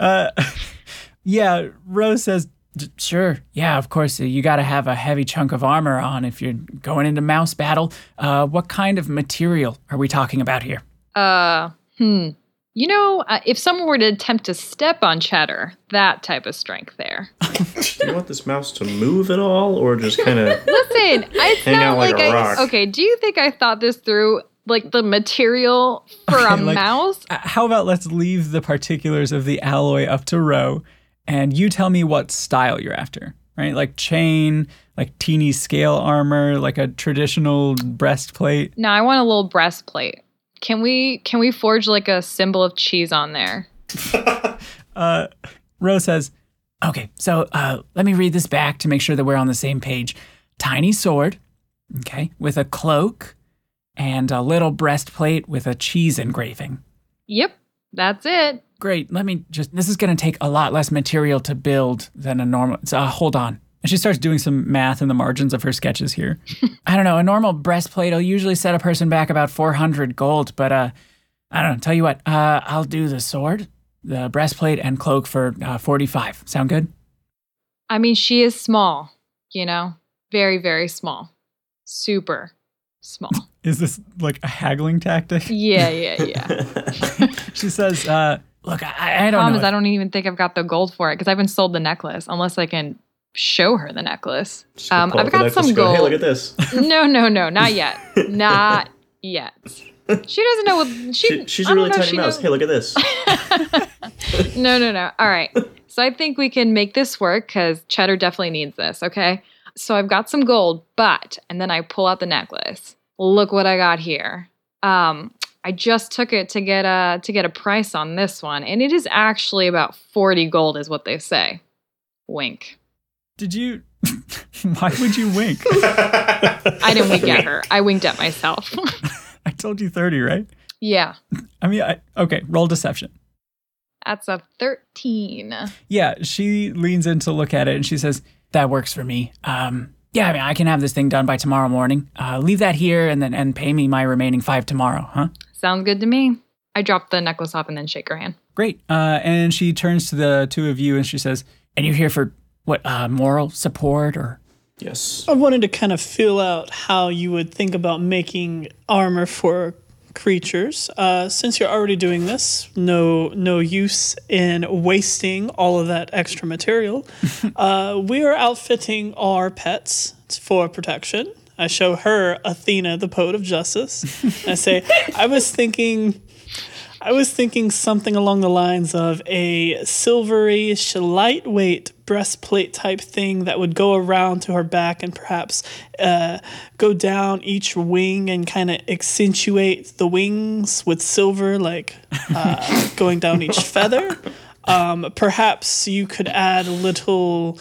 Speaker 3: uh, [LAUGHS] yeah, Rose says, "D- "Sure, yeah, of course. uh, You got to have a heavy chunk of armor on if you're going into mouse battle. Uh, what kind of material are we talking about here?"
Speaker 6: Uh, hmm. You know, uh, if someone were to attempt to step on Cheddar, that type of strength there.
Speaker 8: Do you want this mouse to move at all, or just kind of?
Speaker 6: Listen, it's
Speaker 8: Hang
Speaker 6: not
Speaker 8: out like
Speaker 6: like,
Speaker 8: a
Speaker 6: I.
Speaker 8: rock.
Speaker 6: Okay, do you think I thought this through? Like the material for a
Speaker 3: Okay, like-
Speaker 6: mouse?
Speaker 3: Uh, How about let's leave the particulars of the alloy up to Ro, and you tell me what style you're after, right? Like chain, like teeny scale armor, like a traditional breastplate.
Speaker 6: No, I want a little breastplate. Can we can we forge like a symbol of cheese on there?
Speaker 3: uh, Rose says, Okay, so uh, let me read this back to make sure that we're on the same page. Tiny sword, okay, with a cloak and a little breastplate with a cheese engraving.
Speaker 6: Yep, that's it.
Speaker 3: Great, let me just, this is gonna take a lot less material to build than a normal, so, uh, hold on. And she starts doing some math in the margins of her sketches here. I don't know, a normal breastplate will usually set a person back about 400 gold, but uh, I don't know, tell you what, uh, I'll do the sword, the breastplate, and cloak for uh, 45. Sound good?
Speaker 6: I mean, she is small, you know? Very, very small. Super small.
Speaker 3: Is this like a haggling tactic?
Speaker 6: Yeah, yeah, yeah.
Speaker 3: [LAUGHS] she says, uh, Look, I, I don't
Speaker 6: Problem
Speaker 3: know.
Speaker 6: is, I don't even think I've got the gold for it because I've been sold the necklace. Unless I can show her the necklace.
Speaker 8: Just
Speaker 6: Um,
Speaker 8: pull
Speaker 6: I've
Speaker 8: up the
Speaker 6: got
Speaker 8: necklace
Speaker 6: some
Speaker 8: and go,
Speaker 6: gold.
Speaker 8: Hey, look at this.
Speaker 6: no, no, no, not
Speaker 8: [LAUGHS]
Speaker 6: yet. Not yet. She doesn't know what she,
Speaker 8: She, she's
Speaker 6: I
Speaker 8: a
Speaker 6: don't
Speaker 8: really
Speaker 6: know if
Speaker 8: tiny
Speaker 6: she
Speaker 8: mouse.
Speaker 6: knows-
Speaker 8: Hey, look at [LAUGHS] this.
Speaker 6: no, no, no. All right. So I think we can make this work because Cheddar definitely needs this. Okay. So I've got some gold, but and then I pull out the necklace. Look what I got here. Um, I just took it to get a to get a price on this one, and it is actually about forty gold, is what they say. Wink.
Speaker 3: Did you? [LAUGHS] Why would you wink? [LAUGHS]
Speaker 6: I didn't wink
Speaker 8: [LAUGHS]
Speaker 6: at her. I winked at myself. [LAUGHS]
Speaker 3: I told you 30, right?
Speaker 6: yeah,
Speaker 3: I mean, I, okay, roll deception.
Speaker 6: that's a thirteen.
Speaker 3: Yeah, she leans in to look at it and she says, That works for me. Um, yeah, I mean, I can have this thing done by tomorrow morning. Uh, leave that here and then and pay me my remaining five tomorrow, huh?
Speaker 6: Sounds good to me. I dropped the necklace off and then shake her hand.
Speaker 3: Great. Uh, and she turns to the two of you and she says, And you're here for what, uh, moral support or?
Speaker 8: yes.
Speaker 5: I wanted to kind of feel out how you would think about making armor for creatures. Uh, since you're already doing this, no no use in wasting all of that extra material. uh, we are outfitting our pets for protection. I show her Athena, the poet of justice. And I say, I was thinking. I was thinking something along the lines of a silvery, sh- lightweight breastplate type thing that would go around to her back and perhaps uh, go down each wing and kind of accentuate the wings with silver, like uh, going down each feather. Um, perhaps you could add a little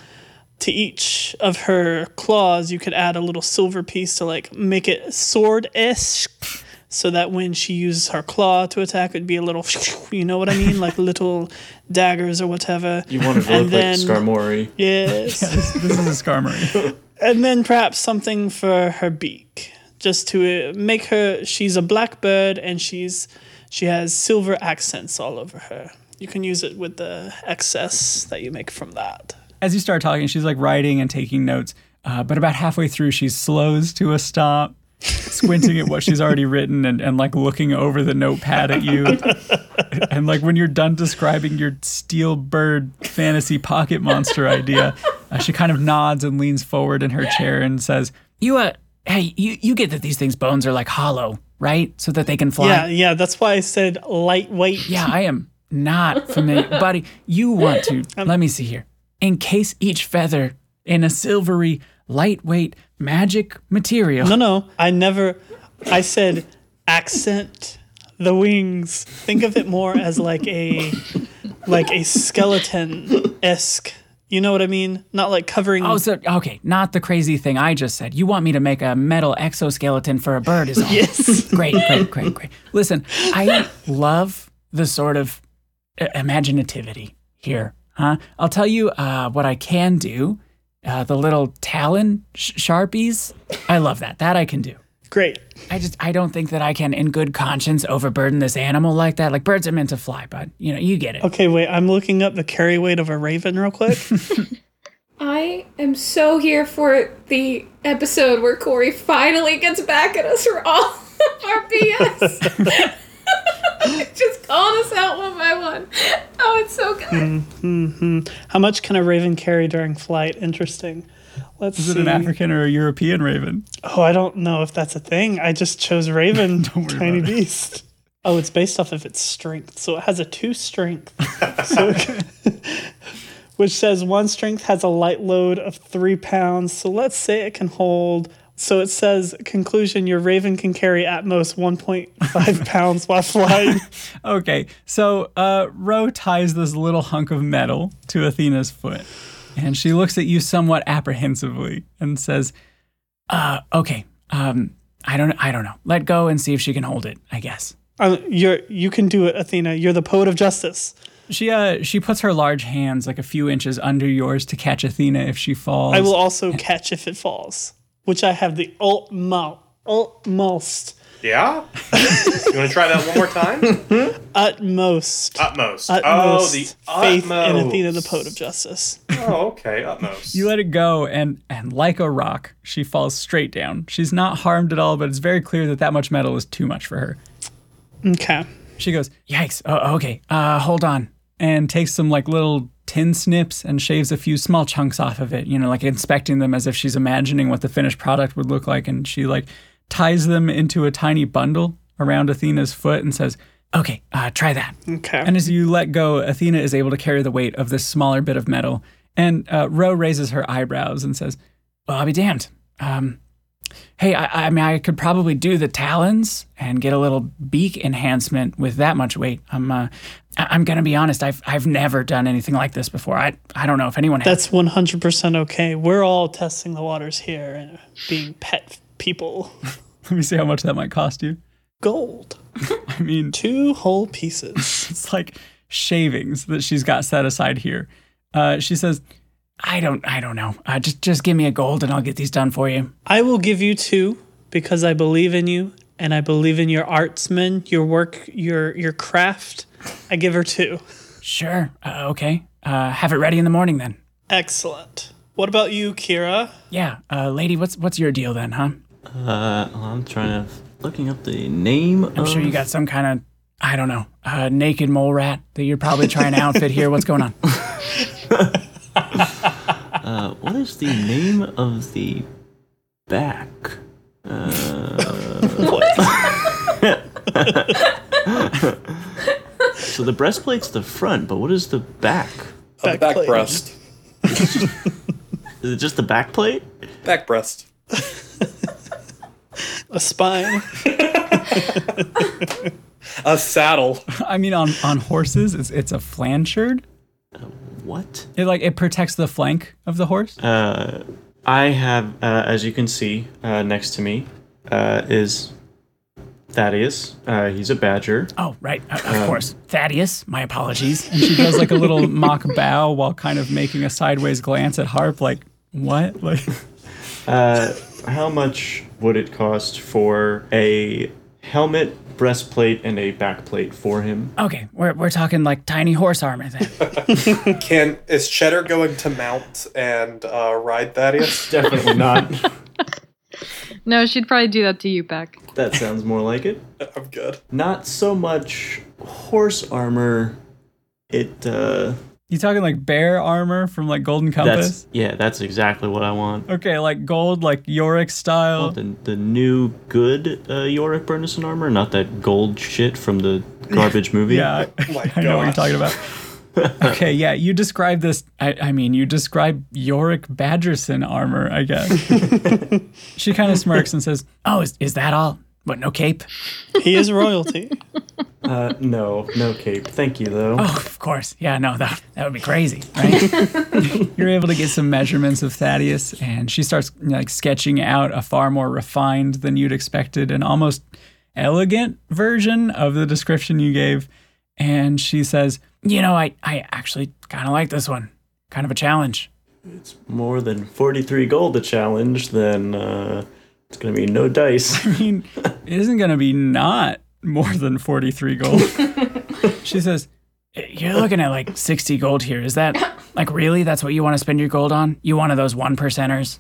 Speaker 5: to each of her claws, you could add a little silver piece to like make it sword esque so that when she uses her claw to attack, it'd be a little, [LAUGHS] you know what I mean? Like little daggers or whatever.
Speaker 8: You wanted to
Speaker 5: And
Speaker 8: look
Speaker 5: then-
Speaker 8: like Skarmory.
Speaker 5: Yes.
Speaker 3: This, this is a skarmory.
Speaker 5: And then perhaps something for her beak, just to uh, make her. She's a blackbird, and she's she has silver accents all over her. You can use it with the excess that you make from that.
Speaker 3: As you start talking, she's like writing and taking notes. Uh, but about halfway through, she slows to a stop, squinting at what she's already written and, and like looking over the notepad at you. [LAUGHS] and like when you're done describing your steel bird fantasy pocket monster idea, uh, she kind of nods and leans forward in her chair and says, You, uh, hey, you, you get that these things' bones are like hollow, right? So that they can fly.
Speaker 5: Yeah, yeah. That's why I said lightweight.
Speaker 3: Yeah, I am
Speaker 5: [LAUGHS]
Speaker 3: not familiar. Buddy, you want to.
Speaker 5: Um,
Speaker 3: Let me see here. Encase each feather in a silvery, lightweight, magic material.
Speaker 5: No, no. I never. I said accent the wings. Think of it more as like a like a skeleton esque You know what I mean? Not like covering.
Speaker 3: Oh, so okay, not the crazy thing I just said. You want me to make a metal exoskeleton for a bird? Is all.
Speaker 5: yes.
Speaker 3: [LAUGHS] great, great, great, great. Listen,
Speaker 5: [LAUGHS]
Speaker 3: I love the sort of uh, imaginativity here, huh? I'll tell you uh, what I can do. Uh, the little talon sh- sharpies, I love that. That I can do.
Speaker 5: Great.
Speaker 3: I just I don't think that I can, in good conscience, overburden this animal like that. Like birds are meant to fly, but you know, you get it.
Speaker 5: Okay, wait. I'm looking up the carry weight of a raven real quick.
Speaker 2: I am so here for the episode where Corey finally gets back at us for all of our BS. [LAUGHS] Just calling us out one by one. Oh, it's so good.
Speaker 5: How much can a raven carry during flight? Interesting. Let's see.
Speaker 3: African or a European raven?
Speaker 5: Oh, I don't know if that's a thing. I just chose Raven, tiny beast. Oh, it's based off of its strength, so it has a two strength, so [LAUGHS] it can- which says one strength has a light load of three pounds. So let's say it can hold. So it says conclusion: your Raven can carry at most one point five pounds while flying.
Speaker 3: Okay, so uh, Ro ties this little hunk of metal to Athena's foot, and she looks at you somewhat apprehensively and says, uh, "Okay, um, I don't, I don't know. Let go and see if she can hold it. I guess."
Speaker 5: Um, you're you can do it, Athena. You're the poet of justice.
Speaker 3: She uh, she puts her large hands like a few inches under yours to catch Athena if she falls.
Speaker 5: I will
Speaker 9: [LAUGHS]
Speaker 5: also catch if it falls, which I have the ultmost utmost
Speaker 9: Yeah? you want to try that one more time?
Speaker 5: utmost utmost
Speaker 9: Utmost. Uh, oh, the
Speaker 5: faith
Speaker 9: utmost.
Speaker 5: in Athena, the poet of justice.
Speaker 9: Oh, okay. Utmost.
Speaker 3: You let it go, and and like a rock, she falls straight down. She's not harmed at all, but it's very clear that that much metal is too much for her.
Speaker 5: Okay.
Speaker 3: She goes, "Yikes! Oh, okay. Uh, hold on," and takes some like little tin snips and shaves a few small chunks off of it. You know, like inspecting them as if she's imagining what the finished product would look like, and she like ties them into a tiny bundle around Athena's foot and says, "Okay, uh, try that."
Speaker 5: Okay.
Speaker 3: And as you let go, Athena is able to carry the weight of this smaller bit of metal. And uh, Ro raises her eyebrows and says, Well, I'll be damned. Um, hey, I, I mean, I could probably do the talons and get a little beak enhancement with that much weight. I'm, uh, I- I'm going to be honest, I've, I've never done anything like this before. I, I don't know if anyone has.
Speaker 5: That's 100% okay. We're all testing the waters here and being pet people.
Speaker 3: [LAUGHS] Let me see how much that might cost you.
Speaker 5: Gold.
Speaker 3: I mean,
Speaker 5: Two whole pieces.
Speaker 3: it's like shavings that she's got set aside here. Uh, she says, I don't, I don't know. Uh, just, just give me a gold and I'll get these done for you.
Speaker 5: I will give you two because I believe in you and I believe in your artsman, your work, your your craft. I give her two.
Speaker 3: Sure. Uh, okay. Uh, have it ready in the morning then.
Speaker 5: Excellent. What about you, Kira?
Speaker 3: Yeah, uh, lady. What's what's your deal then, huh?
Speaker 8: Uh, well, I'm trying to looking up the name.
Speaker 3: I'm sure you got some kind of I don't know uh, naked mole rat that you're probably trying to outfit here. What's going on?
Speaker 8: Uh, what is the name of the back? Uh, [LAUGHS] so the breastplate's the front, but what is the back?
Speaker 9: Back, Oh, back
Speaker 5: plate.
Speaker 9: breast.
Speaker 8: Is it just the back plate?
Speaker 9: Back breast.
Speaker 5: A spine.
Speaker 9: A saddle.
Speaker 3: [LAUGHS] I mean, on on horses, it's it's a flanchard.
Speaker 8: What?
Speaker 3: It like it protects the flank of the horse.
Speaker 8: Uh, I have, uh, as you can see, uh, next to me uh, is Thaddeus. Uh, he's a badger.
Speaker 3: oh, right, uh, of course. Thaddeus, my apologies. And she does like a little [LAUGHS] mock bow while kind of making a sideways glance at Harp, like what? [LAUGHS] Like
Speaker 8: Uh, how much would it cost for a helmet, breastplate, and a backplate for him?
Speaker 3: okay, we're we're talking like tiny horse armor then.
Speaker 9: Can is Cheddar going to mount and uh, ride Thaddeus?
Speaker 8: Definitely not.
Speaker 6: No, she'd probably do that to you, Beck.
Speaker 8: that sounds more like it.
Speaker 9: [LAUGHS] I'm good.
Speaker 8: Not so much horse armor. It uh
Speaker 3: [LAUGHS] You talking like bear armor from like Golden Compass?
Speaker 8: that's yeah, that's exactly what I want.
Speaker 3: Okay, like gold, like Yorick style.
Speaker 8: The, the new good uh, Yorick Bernison armor, not that gold shit from the
Speaker 3: [LAUGHS]
Speaker 8: garbage movie.
Speaker 3: Yeah,
Speaker 9: Oh my
Speaker 3: I know what you're
Speaker 9: gosh.
Speaker 3: talking about.
Speaker 9: [LAUGHS]
Speaker 3: okay, yeah, you describe this. I, I mean, you describe Yorick
Speaker 9: [LAUGHS]
Speaker 3: Badgerson armor, I guess. she kind of smirks and says, "Oh, is, is that all? What, no cape?
Speaker 5: He is
Speaker 6: [LAUGHS]
Speaker 5: royalty.
Speaker 8: Uh, no, no cape. Thank you, though.
Speaker 3: Oh, of course. Yeah, no, that, that would be crazy, right? [LAUGHS] You're able to get some measurements of Thaddeus, and she starts like sketching out a far more refined than you'd expected and almost elegant version of the description you gave. And she says, You know, I, I actually kind of like this one. Kind of a challenge.
Speaker 8: More than 43 gold to challenge, then uh, it's going to be no
Speaker 3: [LAUGHS]
Speaker 8: dice.
Speaker 3: I mean, it isn't going to be not more than 43 gold. she says, You're looking at like 60 gold here. Is that like really? That's what you want to spend your gold on? You one of those one percenters?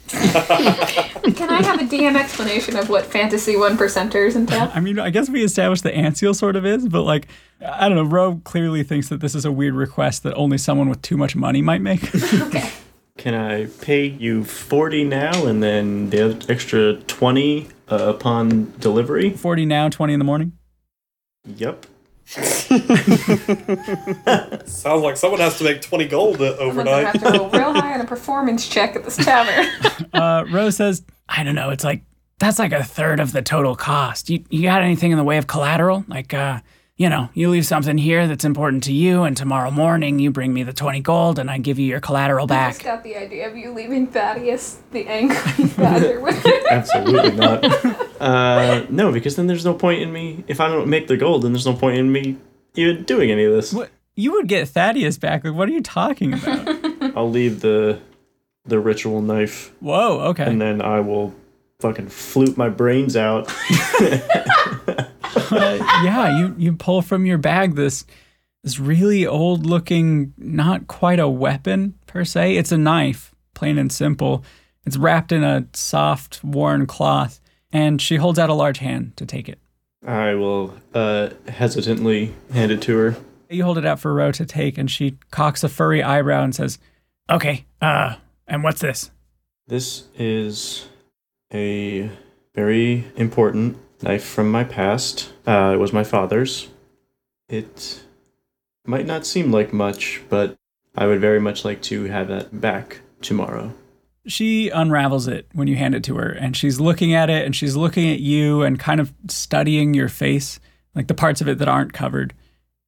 Speaker 2: Can I have a DM explanation of what fantasy one percenters entail?
Speaker 3: I mean, I guess we established the Anseal sort of is, but like, I don't know. Roe clearly thinks that this is a weird request that only someone with too much money might make. [LAUGHS]
Speaker 2: Okay.
Speaker 8: Can I pay you 40 now and then the oth- extra 20 uh, upon delivery?
Speaker 3: 40 now, 20 in the morning.
Speaker 8: Yep.
Speaker 9: Sounds like someone has to make 20 gold uh,
Speaker 2: I'm gonna
Speaker 9: overnight.
Speaker 2: have to go real high on a performance check at this tavern.
Speaker 3: Uh, Rose says, I don't know. It's like, that's like a third of the total cost. You, you got anything in the way of collateral? Like, uh, you know, you leave something here that's important to you, and tomorrow morning you bring me the 20 gold and I give you your collateral
Speaker 2: I [LAUGHS] just
Speaker 3: back.
Speaker 2: got the idea of you leaving Thaddeus the angry [LAUGHS] badger with her.
Speaker 8: Absolutely not. Uh, no, because then there's no point in me. If I don't make the gold, then there's no point in me even doing any of this.
Speaker 3: What? You would get Thaddeus back. Like, what are you talking
Speaker 2: [LAUGHS]
Speaker 3: about?
Speaker 8: I'll leave the the ritual knife
Speaker 3: Whoa, okay.
Speaker 8: and then I will fucking flute my brains out.
Speaker 3: yeah, you you pull from your bag this this really old looking, not quite a weapon per se. It's a knife, plain and simple. It's wrapped in a soft, worn cloth, and she holds out a large hand to take it.
Speaker 8: I will uh, hesitantly hand it to her.
Speaker 3: You hold it out for Ro to take, and she cocks a furry eyebrow and says, "Okay, uh, and what's this?"
Speaker 8: This is a very important knife from my past. Uh, it was my father's. It might not seem like much, but I would very much like to have that back tomorrow.
Speaker 3: she unravels it when you hand it to her and she's looking at it and she's looking at you and kind of studying your face like the parts of it that aren't covered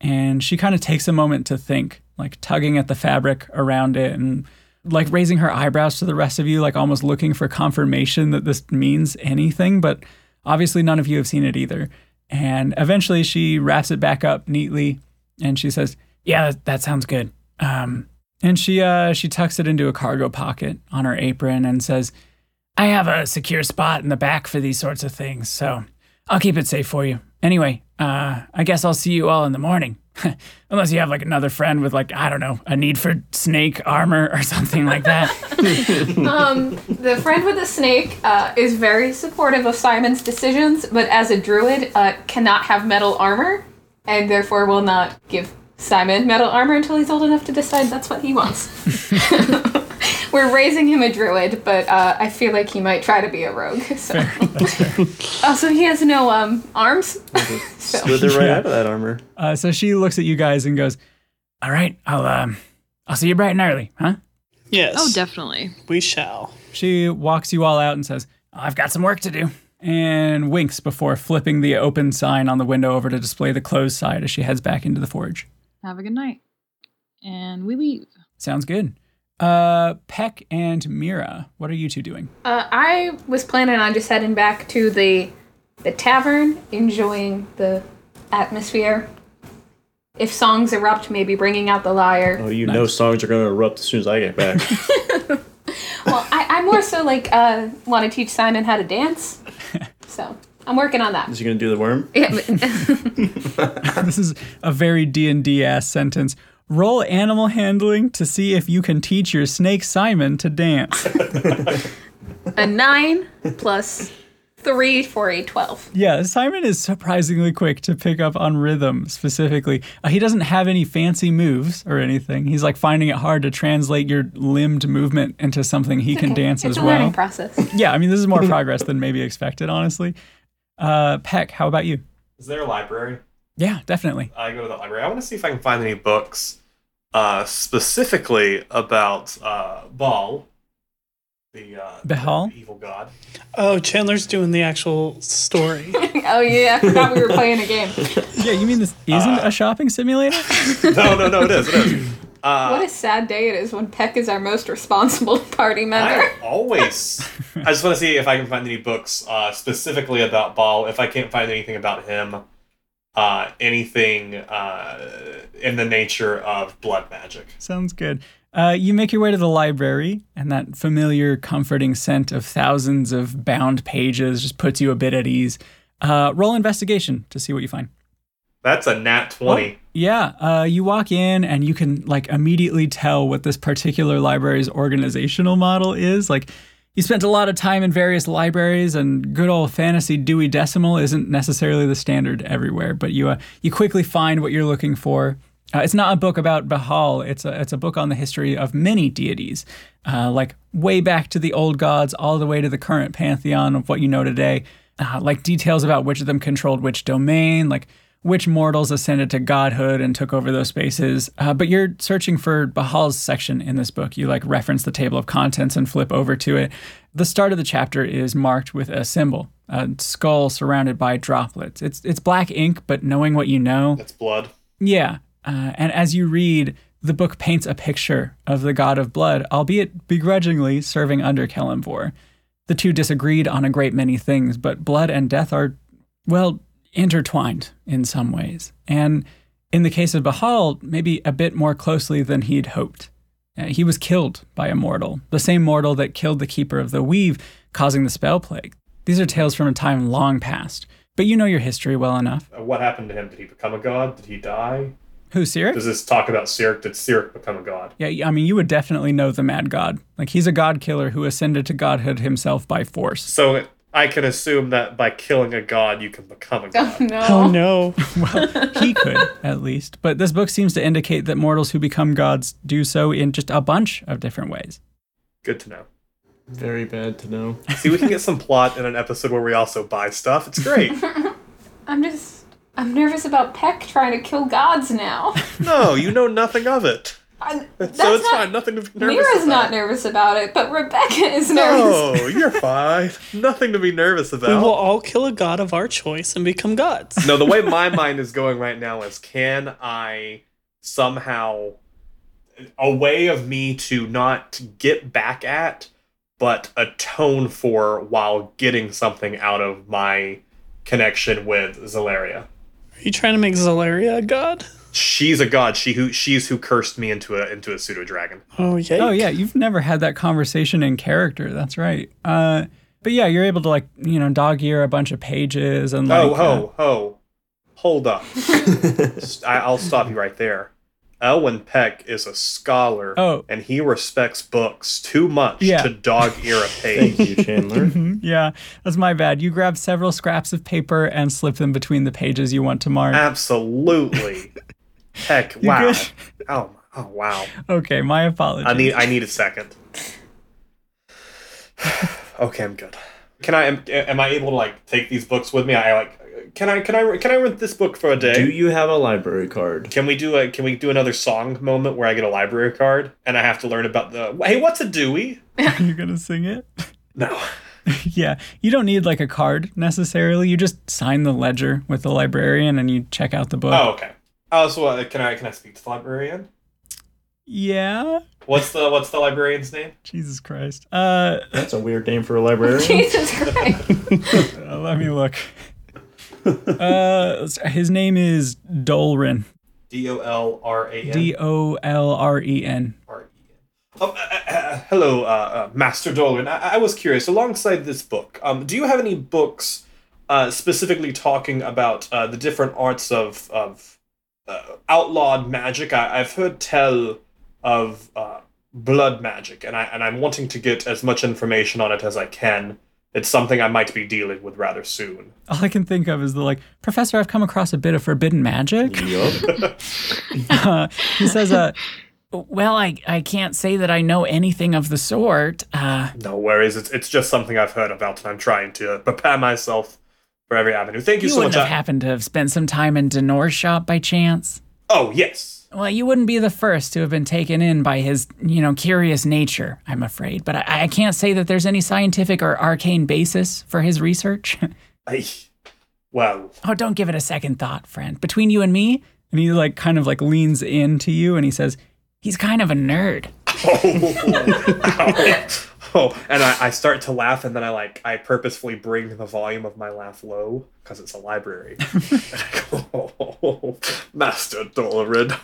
Speaker 3: and she kind of takes a moment to think like tugging at the fabric around it and like raising her eyebrows to the rest of you like almost looking for confirmation that this means anything but obviously none of you have seen it either and eventually she wraps it back up neatly and she says yeah that, that sounds good um, and she uh, she tucks it into a cargo pocket on her apron and says, "I have a secure spot in the back for these sorts of things, so I'll keep it safe for you. Anyway, uh, I guess I'll see you all in the morning, [LAUGHS] unless you have like another friend with like I don't know a need for snake armor or [LAUGHS] something like that."
Speaker 2: Um, the friend with the snake uh, is very supportive of Simon's decisions, but as a druid, uh, cannot have metal armor, and therefore will not give Simon metal armor until he's old enough to decide that's what he wants. We're raising him a druid, but uh, I feel like he might try to be a rogue. [LAUGHS] So. also, he has no um, arms. so.
Speaker 8: Slither [LAUGHS] right out of that armor.
Speaker 3: uh, so she looks at you guys and goes, "All right, I'll um, I'll see you bright and early, huh?"
Speaker 5: Yes.
Speaker 6: Oh, definitely.
Speaker 5: We shall.
Speaker 3: She walks you all out and says, I've got some work to do. And winks before flipping the open sign on the window over to display the closed side as she heads back into the forge.
Speaker 6: Have a good night. And we leave.
Speaker 3: Sounds good. Uh, Peck and Mira, what are you two doing? [LAUGHS]
Speaker 2: Uh, I was planning on just heading back to the the tavern, enjoying the atmosphere. If songs erupt, maybe bringing out the lyre.
Speaker 8: Oh, you know songs are going to erupt as soon as I get back.
Speaker 2: Well, I, I more so like uh, want to teach Simon how to
Speaker 3: [LAUGHS]
Speaker 2: dance, so I'm working on that.
Speaker 8: [LAUGHS] Is he going to do the worm?
Speaker 2: Yeah, but-
Speaker 3: this is a very D&D ass sentence. Roll animal handling to see if you can teach your snake Simon to dance.
Speaker 2: a nine plus three for a twelve.
Speaker 3: Yeah, Simon is surprisingly quick to pick up on rhythm specifically. Uh, he doesn't have any fancy moves or anything. He's like finding it hard to translate your limbed movement into something he can
Speaker 2: Okay,
Speaker 3: dance
Speaker 2: it's
Speaker 3: as
Speaker 2: a learning
Speaker 3: well.
Speaker 2: process. [LAUGHS]
Speaker 3: yeah, I mean, this is more progress than maybe expected, honestly. Uh, Peck, how about you?
Speaker 9: Is there a library?
Speaker 3: Yeah, definitely.
Speaker 9: I go to the library. I want to see if I can find any books uh, specifically about uh, Baal
Speaker 7: the uh,
Speaker 3: Behal?
Speaker 7: the evil god. [LAUGHS]
Speaker 5: Oh, Chandler's doing the actual
Speaker 6: [LAUGHS]
Speaker 5: story.
Speaker 6: Oh yeah, I forgot we were playing
Speaker 3: [LAUGHS]
Speaker 6: a game.
Speaker 3: Yeah, you mean this isn't a shopping simulator?
Speaker 7: No, no, no, it is. It is.
Speaker 3: Uh,
Speaker 2: what a sad day it is when Peck is our most responsible party member.
Speaker 7: I always. I just want to see if I can find any books uh, specifically about Baal. If I can't find anything about him, uh, anything uh, in the nature of blood magic.
Speaker 3: Sounds good. Uh, you make your way to the library, and that familiar, comforting scent of thousands of bound pages just puts you a bit at ease. Uh, roll investigation to see what you find.
Speaker 7: That's a nat twenty.
Speaker 3: Yeah, uh, you walk in and you can like immediately tell what this particular library's organizational model is. Like, you spent a lot of time in various libraries, and good old fantasy Dewey Decimal isn't necessarily the standard everywhere. But you uh, you quickly find what you're looking for. Uh, it's not a book about Bahal. It's a it's a book on the history of many deities, uh, like way back to the old gods, all the way to the current pantheon of what you know today. Uh, like details about which of them controlled which domain, like which mortals ascended to godhood and took over those spaces. Uh, but you're searching for Bahal's section in this book. You like reference the table of contents and flip over to it. The start of the chapter is marked with a symbol, a skull surrounded by droplets. It's it's black ink, but knowing what you know,
Speaker 7: That's blood.
Speaker 3: yeah. Uh, and as you read, the book paints a picture of the god of blood, albeit begrudgingly serving under Kellimvor. The two disagreed on a great many things, but blood and death are, well, intertwined in some ways. And in the case of Bahal, maybe a bit more closely than he'd hoped. Uh, he was killed by a mortal, the same mortal that killed the keeper of the weave, causing the spell plague. These are tales from a time long past, but you know your history well enough.
Speaker 7: Uh, What happened to him? Did he become a god? Did he die?
Speaker 3: Who, Sirik?
Speaker 7: Does this talk about Sirik? Did Sirik become a god?
Speaker 3: Yeah, I mean, you would definitely know the Mad God. Like, he's a god killer who ascended to godhood himself by force.
Speaker 7: So I can assume that by killing a god, you can become a god.
Speaker 2: [LAUGHS] no.
Speaker 5: oh no.
Speaker 7: [LAUGHS]
Speaker 3: He could, at least. But this book seems to indicate that mortals who become gods do so in just a bunch of different ways.
Speaker 7: Good to know.
Speaker 8: Very bad to know.
Speaker 7: See, we can get some plot in an episode where we also buy stuff. It's
Speaker 2: [LAUGHS]
Speaker 7: great.
Speaker 2: I'm just. I'm nervous about Peck trying to kill gods
Speaker 7: [LAUGHS]
Speaker 2: now.
Speaker 7: no, you know nothing of it.
Speaker 2: I'm, that's
Speaker 7: so it's
Speaker 2: not,
Speaker 7: fine. Nothing to be nervous
Speaker 2: Mira's
Speaker 7: about.
Speaker 2: not nervous about it, but Rebecca is nervous.
Speaker 7: No, you're fine. Nothing to be nervous
Speaker 5: We
Speaker 7: about.
Speaker 5: will all kill a god of our choice and become
Speaker 6: [LAUGHS]
Speaker 5: gods.
Speaker 7: no, the way my mind is going right now is can I somehow a way of me to not get back at but atone for while getting something out of my connection with Zelaria.
Speaker 5: Are you trying to make Zolaria a god?
Speaker 7: She's a god. She who she's who cursed me into a into a pseudo dragon.
Speaker 5: Oh yeah.
Speaker 3: Oh, yeah, you've never had that conversation in character. That's right. Uh, but yeah, you're able to, like, you know, dog ear a bunch of pages and, like,
Speaker 7: Oh
Speaker 3: uh,
Speaker 7: ho ho, hold
Speaker 8: [LAUGHS]
Speaker 7: up! S- I, will stop you right there. Elwin Peck is a scholar,
Speaker 3: Oh.
Speaker 7: and he respects books too much
Speaker 3: Yeah.
Speaker 7: to dog
Speaker 8: [LAUGHS]
Speaker 7: ear a
Speaker 8: Thank
Speaker 7: page.
Speaker 8: you, [LAUGHS] Chandler.
Speaker 3: um, yeah, that's my bad. You grab several scraps of paper and slip them between the pages you want to mark.
Speaker 7: Ah. Absolutely, Peck. Wow.
Speaker 3: good?
Speaker 7: Oh, oh wow.
Speaker 3: okay, my apologies.
Speaker 7: I need I need a second. [SIGHS] okay, I'm good. Can I am, am I able to like take these books with me? I like can I can I can I rent this book for a day?
Speaker 8: Do you have a library card?
Speaker 7: Can we do a can we do another song moment where I get a library card and I have to learn about the hey what's a Dewey?
Speaker 3: [LAUGHS] You're gonna sing it?
Speaker 7: No.
Speaker 3: yeah. You don't need like a card necessarily. You just sign the ledger with the librarian and you check out the book.
Speaker 7: Oh okay. Oh so uh, can I can I speak to the librarian?
Speaker 3: Yeah.
Speaker 7: What's the what's the librarian's name?
Speaker 3: Jesus Christ. Uh
Speaker 8: That's a weird name for a [LAUGHS]
Speaker 2: [LAUGHS]
Speaker 8: librarian.
Speaker 2: Jesus Christ.
Speaker 3: uh, let me [LAUGHS] look. uh his name is Dolren.
Speaker 7: D O L R A N
Speaker 3: D O L R E N.
Speaker 7: R E N. Um, uh, uh, hello, uh, uh, Master Dolan. I-, I was curious. Alongside this book, um, do you have any books uh, specifically talking about uh, the different arts of of uh, outlawed magic? I- I've heard tell of uh, blood magic, and I and I'm wanting to get as much information on it as I can. It's something I might be dealing with rather soon.
Speaker 3: All I can think of is the like, Professor, I've come across a bit of forbidden magic.
Speaker 8: yup.
Speaker 3: Uh, he says, uh, [LAUGHS] well, I, I can't say that I know anything of the sort. Uh,
Speaker 7: No worries. It's it's just something I've heard about, and I'm trying to prepare myself for every avenue. Thank you,
Speaker 3: you
Speaker 7: so
Speaker 3: wouldn't
Speaker 7: much.
Speaker 3: have
Speaker 7: I-
Speaker 3: happened to have spent some time in Dinor's shop by chance.
Speaker 7: Oh, yes.
Speaker 3: Well, you wouldn't be the first to have been taken in by his, you know, curious nature, I'm afraid. But I, I can't say that there's any scientific or arcane basis for his research. [LAUGHS]
Speaker 7: I, well,
Speaker 3: oh, don't give it a second thought, friend. Between you and me, and he like kind of like leans in to you and he says, "He's kind of a nerd."
Speaker 7: oh, [LAUGHS] and I, I start to laugh, and then I like I purposefully bring the volume of my laugh low because it's a library. [LAUGHS] Master Dolorid.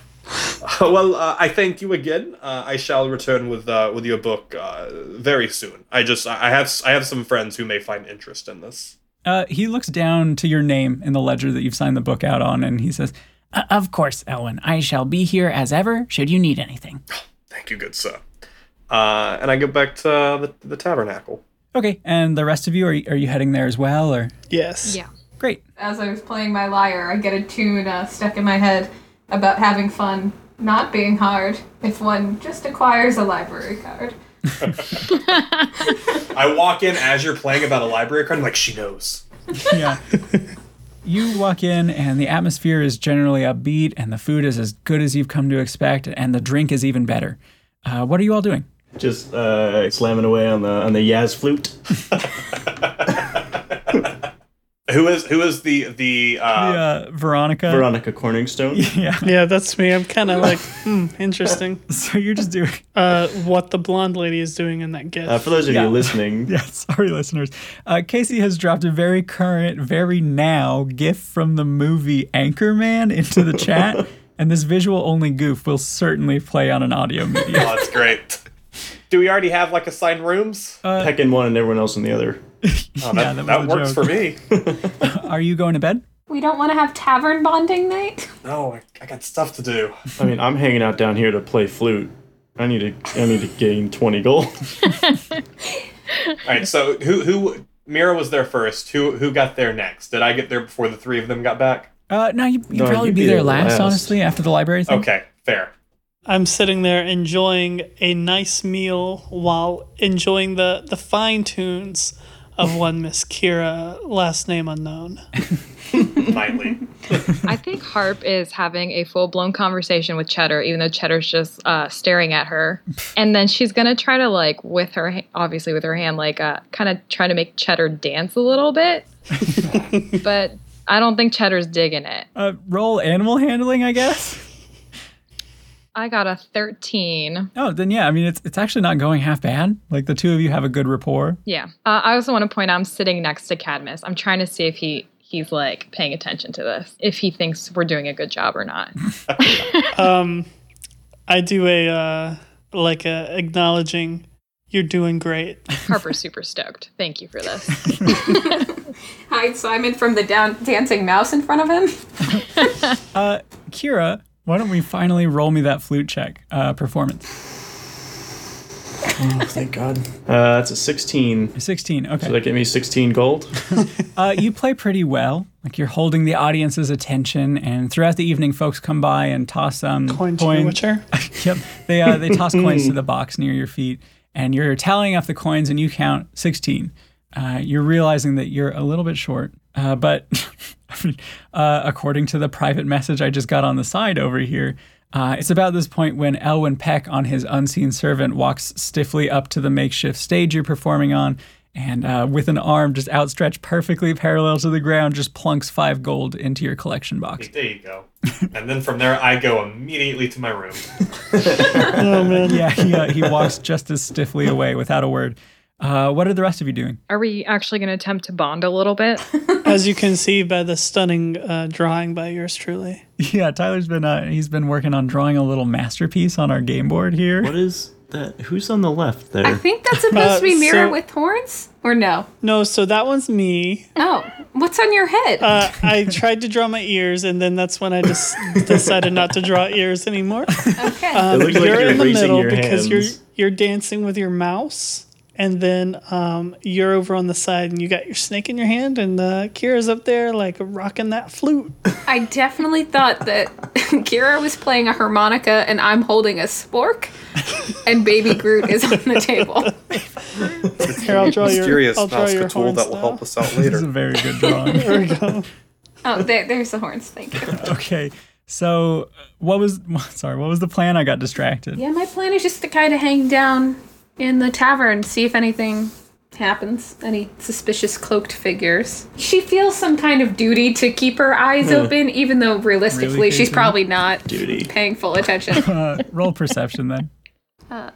Speaker 7: Uh, well, uh, I thank you again. Uh, I shall return with uh, with your book uh, very soon. I just I I have s- I have some friends who may find interest in this.
Speaker 3: Uh, he looks down to your name in the ledger that you've signed the book out on, and he says, "Uh, "Of course, Elwin. I shall be here as ever. Should you need anything."
Speaker 7: Thank you, good sir. Uh, and I go back to the, the tabernacle.
Speaker 3: Okay, and the rest of you are are you heading there as well, or
Speaker 5: Yes.
Speaker 6: Yeah.
Speaker 3: great?
Speaker 2: As I was playing my lyre, I get a tune uh, stuck in my head about having fun not being hard if one just acquires a library card.
Speaker 7: I walk in as you're playing about a library card. I'm like, she knows.
Speaker 3: yeah. You walk in, and the atmosphere is generally upbeat, and the food is as good as you've come to expect, and the drink is even better. Uh, what are you all doing?
Speaker 8: Just uh, slamming away on the on the Yaz flute.
Speaker 7: Who is who is the the uh,
Speaker 3: Uh, Veronica.
Speaker 8: Veronica Corningstone.
Speaker 3: Yeah.
Speaker 5: Yeah, that's me. I'm kind of
Speaker 6: [LAUGHS]
Speaker 5: like, hmm, interesting.
Speaker 3: [LAUGHS] So you're just doing. [LAUGHS]
Speaker 5: Uh, what the blonde lady is doing in that gift.
Speaker 8: Uh, for those of
Speaker 3: Yeah.
Speaker 8: you listening,
Speaker 3: Yeah, sorry, listeners. Uh, Casey has dropped a very current, very now gif from the movie Anchorman into the
Speaker 7: [LAUGHS]
Speaker 3: chat, and this visual only goof will certainly play on
Speaker 7: [LAUGHS]
Speaker 3: an audio medium.
Speaker 7: Oh, that's great. Do we already have like assigned rooms?
Speaker 8: Peck in one and everyone else in the other.
Speaker 7: Oh, that
Speaker 3: Oh, that was
Speaker 7: that,
Speaker 3: a
Speaker 7: works
Speaker 3: joke.
Speaker 7: for
Speaker 3: [LAUGHS]
Speaker 7: me.
Speaker 3: Are you going to bed?
Speaker 2: We don't want to have tavern bonding night.
Speaker 7: no, I, I got stuff to do.
Speaker 8: I mean, I'm hanging out down here to play flute. I need to I need to gain twenty gold. [LAUGHS]
Speaker 7: All right, so who who Mira was there first? Who who got there next? Did I get there before the three of them got back?
Speaker 3: Uh, no, you, you'd
Speaker 8: No,
Speaker 3: probably
Speaker 8: you'd
Speaker 3: be,
Speaker 8: be
Speaker 3: there
Speaker 8: there
Speaker 3: last,
Speaker 8: last.
Speaker 3: honestly, after the library thing.
Speaker 7: Okay, fair.
Speaker 5: I'm sitting there enjoying a nice meal while enjoying the, the fine tunes of one Miss Kira, last name unknown.
Speaker 3: [LAUGHS]
Speaker 7: Nightly.
Speaker 6: I think Harp is having a full blown conversation with Cheddar, even though Cheddar's just uh, staring at [LAUGHS] her. And then she's gonna try to like, with her, ha- obviously with her hand, like, uh, kind of try to make Cheddar dance a little [LAUGHS] bit. but I don't think Cheddar's digging it.
Speaker 3: Uh, roll animal handling, I guess.
Speaker 6: I got a thirteen.
Speaker 3: Oh, then yeah. I mean, it's it's actually not going half bad. Like the two of you have a good rapport.
Speaker 6: Yeah. Uh, I also want to point out I'm sitting next to Cadmus. I'm trying to see if he he's like paying attention to this, if he thinks we're doing a good job or not.
Speaker 5: Um, I do a, uh, like a acknowledging, you're doing great.
Speaker 6: Harper's super stoked. Thank you for this.
Speaker 2: [LAUGHS] Hide Simon from the down- dancing mouse in front of him.
Speaker 3: Uh, Kira, why don't we finally roll me that flute check uh, performance?
Speaker 8: Thank God. Uh, that's a sixteen.
Speaker 3: Sixteen. Okay.
Speaker 8: Did that get me sixteen gold?
Speaker 3: Uh, you play pretty well. Like you're holding the audience's attention, and throughout the evening, folks come by and toss um,
Speaker 5: Coin to
Speaker 3: coin-
Speaker 5: the Witcher.
Speaker 3: yep. They uh, they toss coins to the box near your feet, and you're tallying up the coins, and you count sixteen. Uh, you're realizing that you're a little bit short, uh, but [LAUGHS] I mean, uh, according to the private message I just got on the side over here, uh, it's about this point when Elwin Peck, on his unseen servant, walks stiffly up to the makeshift stage you're performing on. And uh, with an arm just outstretched perfectly parallel to the ground, just plunks five gold into your collection box.
Speaker 7: There you go. And then from there, I go immediately to my room.
Speaker 5: Oh, man.
Speaker 3: [LAUGHS] yeah, he, uh, he walks just as stiffly away without a word. Uh, what are the rest of you doing?
Speaker 6: Are we actually going to attempt to bond a little bit?
Speaker 5: As you can see by the stunning uh, drawing by yours truly.
Speaker 3: [LAUGHS] Yeah, Tyler's been uh, he's been working on drawing a little masterpiece on our game board here.
Speaker 8: What is that? Who's on the left there?
Speaker 2: I think that's supposed
Speaker 5: Uh,
Speaker 2: to be Mirror
Speaker 5: so-
Speaker 2: with horns? Or no?
Speaker 5: No, so that one's me.
Speaker 2: Oh, what's on your head?
Speaker 5: Uh, I tried to draw my ears, and then that's when I just [LAUGHS] decided not to draw ears anymore.
Speaker 2: okay.
Speaker 7: uh,
Speaker 5: Um,
Speaker 8: looks like
Speaker 5: you're,
Speaker 8: you're
Speaker 5: in the
Speaker 8: raising
Speaker 5: middle
Speaker 8: your
Speaker 5: because you're
Speaker 8: hands.
Speaker 5: you're dancing with your mouse, and then um, you're over on the side, and you got your snake in your hand, and uh, Kira's up there like rocking that flute.
Speaker 2: I definitely thought that [LAUGHS] Kira was playing a harmonica and I'm holding a spork, and Baby Groot is on the table.
Speaker 3: [LAUGHS]
Speaker 5: Here, I'll draw
Speaker 1: Mysterious
Speaker 5: your I'll draw your
Speaker 1: Nazca tool
Speaker 5: horns
Speaker 1: that will
Speaker 5: now.
Speaker 1: help us out
Speaker 3: This is
Speaker 1: later.
Speaker 3: a very good drawing.
Speaker 5: There we go.
Speaker 2: Oh, there, there's the horns. Thank you.
Speaker 3: okay, So, uh, what was [LAUGHS] sorry? What was the plan? I got distracted.
Speaker 2: Yeah, my plan is just to kind of hang down in the tavern, see if anything happens, any suspicious cloaked figures. She feels some kind of duty to keep her eyes open, even though realistically
Speaker 3: Really,
Speaker 2: she's
Speaker 3: Caitlin?
Speaker 2: probably not
Speaker 8: Duty.
Speaker 2: paying full attention.
Speaker 3: [LAUGHS] Uh, roll perception then.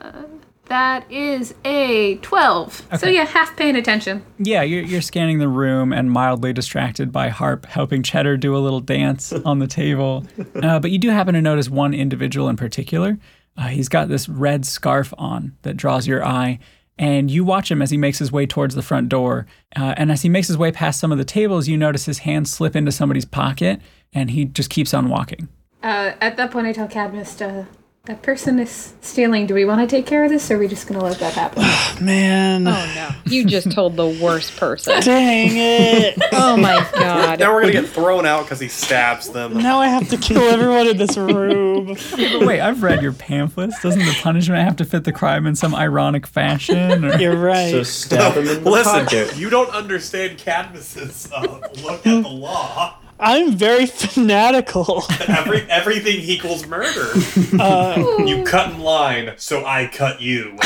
Speaker 2: that is a 12. So
Speaker 3: Okay.
Speaker 2: yeah, half paying attention.
Speaker 3: Yeah, you're, you're scanning the room and mildly distracted by Harp helping Cheddar do a little dance on the table. Uh, but you do happen to notice one individual in particular. Uh, he's got this red scarf on that draws your eye, and you watch him as he makes his way towards the front door. Uh, and as he makes his way past some of the tables, you notice his hand slip into somebody's pocket, and he just keeps on walking.
Speaker 2: Uh, at that point, I tell Cadmus, uh, that person is stealing. Do we want to take care of this, or are we just going to let that happen?
Speaker 5: Man,
Speaker 6: [LAUGHS] Oh no. You just told the worst person.
Speaker 5: dang it.
Speaker 6: [LAUGHS] Oh my god.
Speaker 9: Now we're gonna get thrown out because he stabs them.
Speaker 5: now I have to kill everyone in this room.
Speaker 3: But wait, I've read your pamphlets. Doesn't the punishment have to fit the crime in some ironic fashion? Or...
Speaker 5: You're right.
Speaker 8: [LAUGHS] So stab him in the
Speaker 9: Listen,
Speaker 8: pocket.
Speaker 9: you don't understand Cadmus's uh, look at the law.
Speaker 5: I'm very fanatical. [LAUGHS]
Speaker 9: Every everything equals
Speaker 3: [LAUGHS]
Speaker 9: murder.
Speaker 3: Uh,
Speaker 9: you cut in line, so I cut you.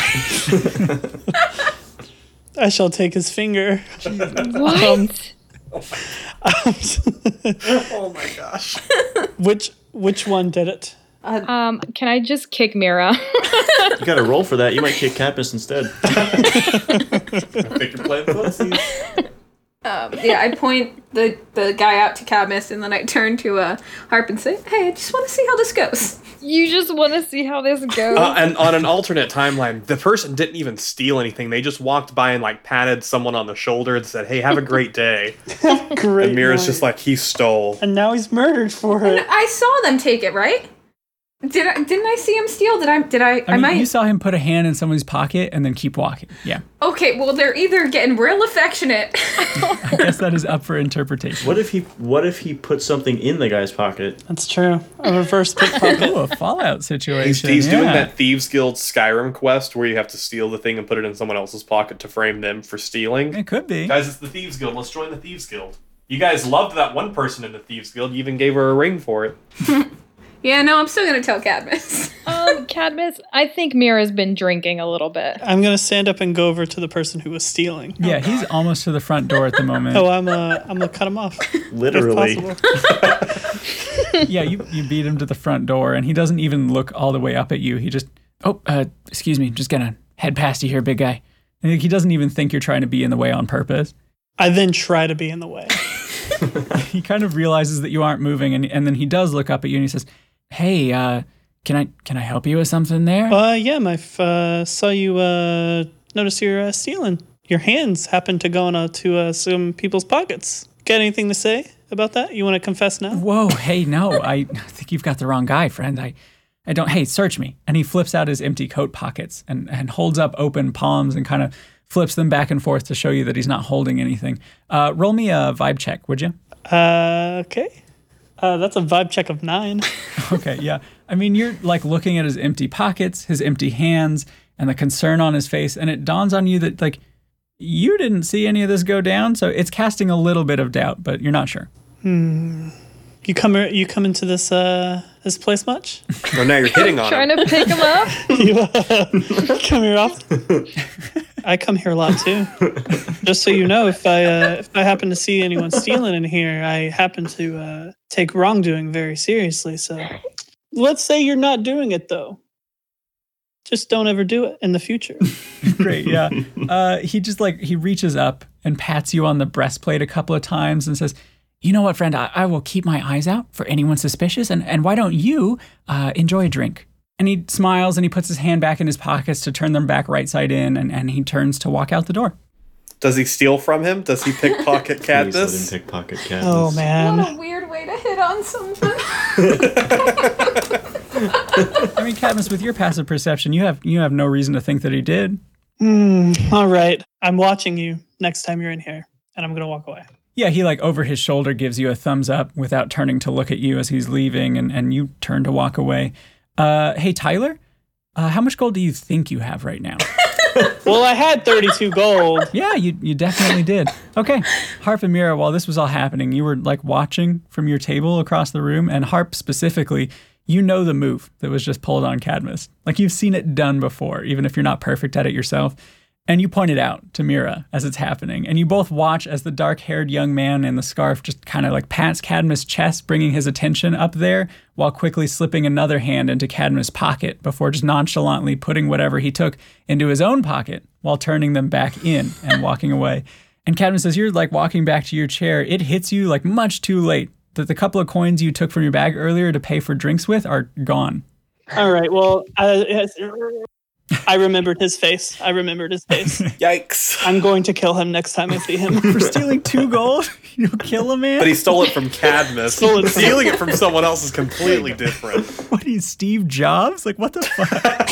Speaker 5: I shall take his finger. Um,
Speaker 6: What?
Speaker 9: oh my gosh.
Speaker 5: [LAUGHS] Which which one did it?
Speaker 6: um, [LAUGHS] can I just kick Mira?
Speaker 8: You gotta roll for that. You might kick Cadmus instead.
Speaker 9: I think you're playing pussies.
Speaker 2: Um, yeah, I point the, the guy out to Cadmus, and then I turn to uh, Harp and say, hey, I just want to see how this goes.
Speaker 6: you just want to see how this goes.
Speaker 9: [LAUGHS] Uh, and on an alternate timeline, the person didn't even steal anything. They just walked by and like patted someone on the shoulder and said, "Hey, have a great [LAUGHS] day."
Speaker 5: Great.
Speaker 9: And Mira's
Speaker 5: one.
Speaker 9: just like, "He stole."
Speaker 5: and now he's murdered for it.
Speaker 2: I saw them take it, right? Did I, didn't I see him steal? Did I? Did I? I,
Speaker 3: I mean,
Speaker 2: might.
Speaker 3: you saw him put a hand in somebody's pocket and then keep walking. Yeah,
Speaker 2: okay, well they're either getting real [LAUGHS] affectionate.
Speaker 3: I guess that is up for interpretation.
Speaker 8: What if he? What if he put something in the guy's pocket?
Speaker 5: [LAUGHS] That's true. A reverse
Speaker 3: [LAUGHS]
Speaker 5: pickpocket.
Speaker 3: Ooh,
Speaker 9: [LAUGHS]
Speaker 3: a Fallout situation.
Speaker 9: He's, he's doing
Speaker 3: yeah.
Speaker 9: that Thieves Guild Skyrim quest where you have to steal the thing and put it in someone else's pocket to frame them for stealing.
Speaker 3: It could be.
Speaker 9: Guys, it's the Thieves Guild. Let's join the Thieves Guild. You guys loved that one person in the Thieves Guild. You even gave her a ring for it.
Speaker 2: yeah, no, I'm still gonna tell Cadmus.
Speaker 6: um, Cadmus, I think Mira's been drinking a little bit.
Speaker 5: I'm gonna stand up and go over to the person who was stealing.
Speaker 3: Yeah, he's almost to the front door
Speaker 9: [LAUGHS]
Speaker 3: at the moment.
Speaker 5: Oh, I'm uh, I'm gonna cut him off.
Speaker 8: Literally.
Speaker 5: If possible.
Speaker 3: yeah, you, you beat him to the front door, and he doesn't even look all the way up at you. He just, oh, uh, excuse me, just gonna head past you here, big guy. And he doesn't even think you're trying to be in the way on purpose. [LAUGHS]
Speaker 5: I then try to be in the way.
Speaker 3: He kind of realizes that you aren't moving, and, and then he does look up at you and he says, "Hey, uh, can I can I help you with something there?"
Speaker 5: Uh, yeah, I uh, saw you. Uh, notice you're uh, stealing. Your hands happened to go into uh, some people's pockets. Got anything to say about that? You want to confess now?
Speaker 3: Whoa, hey, no, I think you've got the wrong guy, friend. I, I don't, hey, search me. And he flips out his empty coat pockets and, and holds up open palms and kind of flips them back and forth to show you that he's not holding anything. Uh, roll me a vibe check, would you?
Speaker 5: Uh, okay. Uh, that's a vibe check of [LAUGHS] nine.
Speaker 3: [LAUGHS] Okay, yeah. I mean, you're like looking at his empty pockets, his empty hands, and the concern on his face. And it dawns on you that, like, you didn't see any of this go down. So it's casting a little bit of doubt, but you're not sure.
Speaker 5: You come you come into this uh this place much?
Speaker 9: Well, now you're hitting on
Speaker 6: Trying
Speaker 9: him.
Speaker 6: to pick him up.
Speaker 5: you uh, come here often. I come here a lot too. Just so you know, if I uh, if I happen to see anyone stealing in here, I happen to uh, take wrongdoing very seriously. So let's say you're not doing it though. Just don't ever do it in the future.
Speaker 3: Great, yeah. Uh, he just like he reaches up and pats you on the breastplate a couple of times and says, "You know what, friend? I, I will keep my eyes out for anyone suspicious, and and why don't you uh, enjoy a drink?" And he smiles and he puts his hand back in his pockets to turn them back right side in, and, and he turns to walk out the door.
Speaker 9: Does he steal from him? Does he pickpocket
Speaker 8: Please let him
Speaker 9: Cadmus?
Speaker 8: pickpocket Cadmus.
Speaker 5: Oh man,
Speaker 2: what a weird way to hit on someone.
Speaker 3: I mean, Cadmus, with your passive perception, you have you have no reason to think that he did.
Speaker 5: all right. I'm watching you next time you're in here, and I'm gonna walk away.
Speaker 3: Yeah, he like over his shoulder gives you a thumbs up without turning to look at you as he's leaving, and, and you turn to walk away. Uh, hey, Tyler, uh, how much gold do you think you have right now?
Speaker 5: Well, I had 32 gold.
Speaker 3: Yeah, you, you definitely did. Okay. Harp and Mira, while this was all happening, you were like watching from your table across the room, and Harp specifically, you know the move that was just pulled on Cadmus. Like you've seen it done before, even if you're not perfect at it yourself. And you point it out to Mira as it's happening. And you both watch as the dark haired young man in the scarf just kind of like pats Cadmus' chest, bringing his attention up there while quickly slipping another hand into Cadmus' pocket before just nonchalantly putting whatever he took into his own pocket while turning them back in and walking away. And Cadmus, says, you're like walking back to your chair, it hits you like much too late that the couple of coins you took from your bag earlier to pay for drinks with are gone.
Speaker 5: All right. Well, uh, yes. I remembered his face. I remembered his face.
Speaker 9: Yikes.
Speaker 5: I'm going to kill him next time I see him.
Speaker 3: For stealing two gold, [LAUGHS] you'll kill a man.
Speaker 9: But he stole it from
Speaker 5: [LAUGHS]
Speaker 9: Cadmus.
Speaker 5: Stole it from-
Speaker 9: Stealing it from someone else is completely different.
Speaker 3: what are you, Steve Jobs? Like, what the fuck?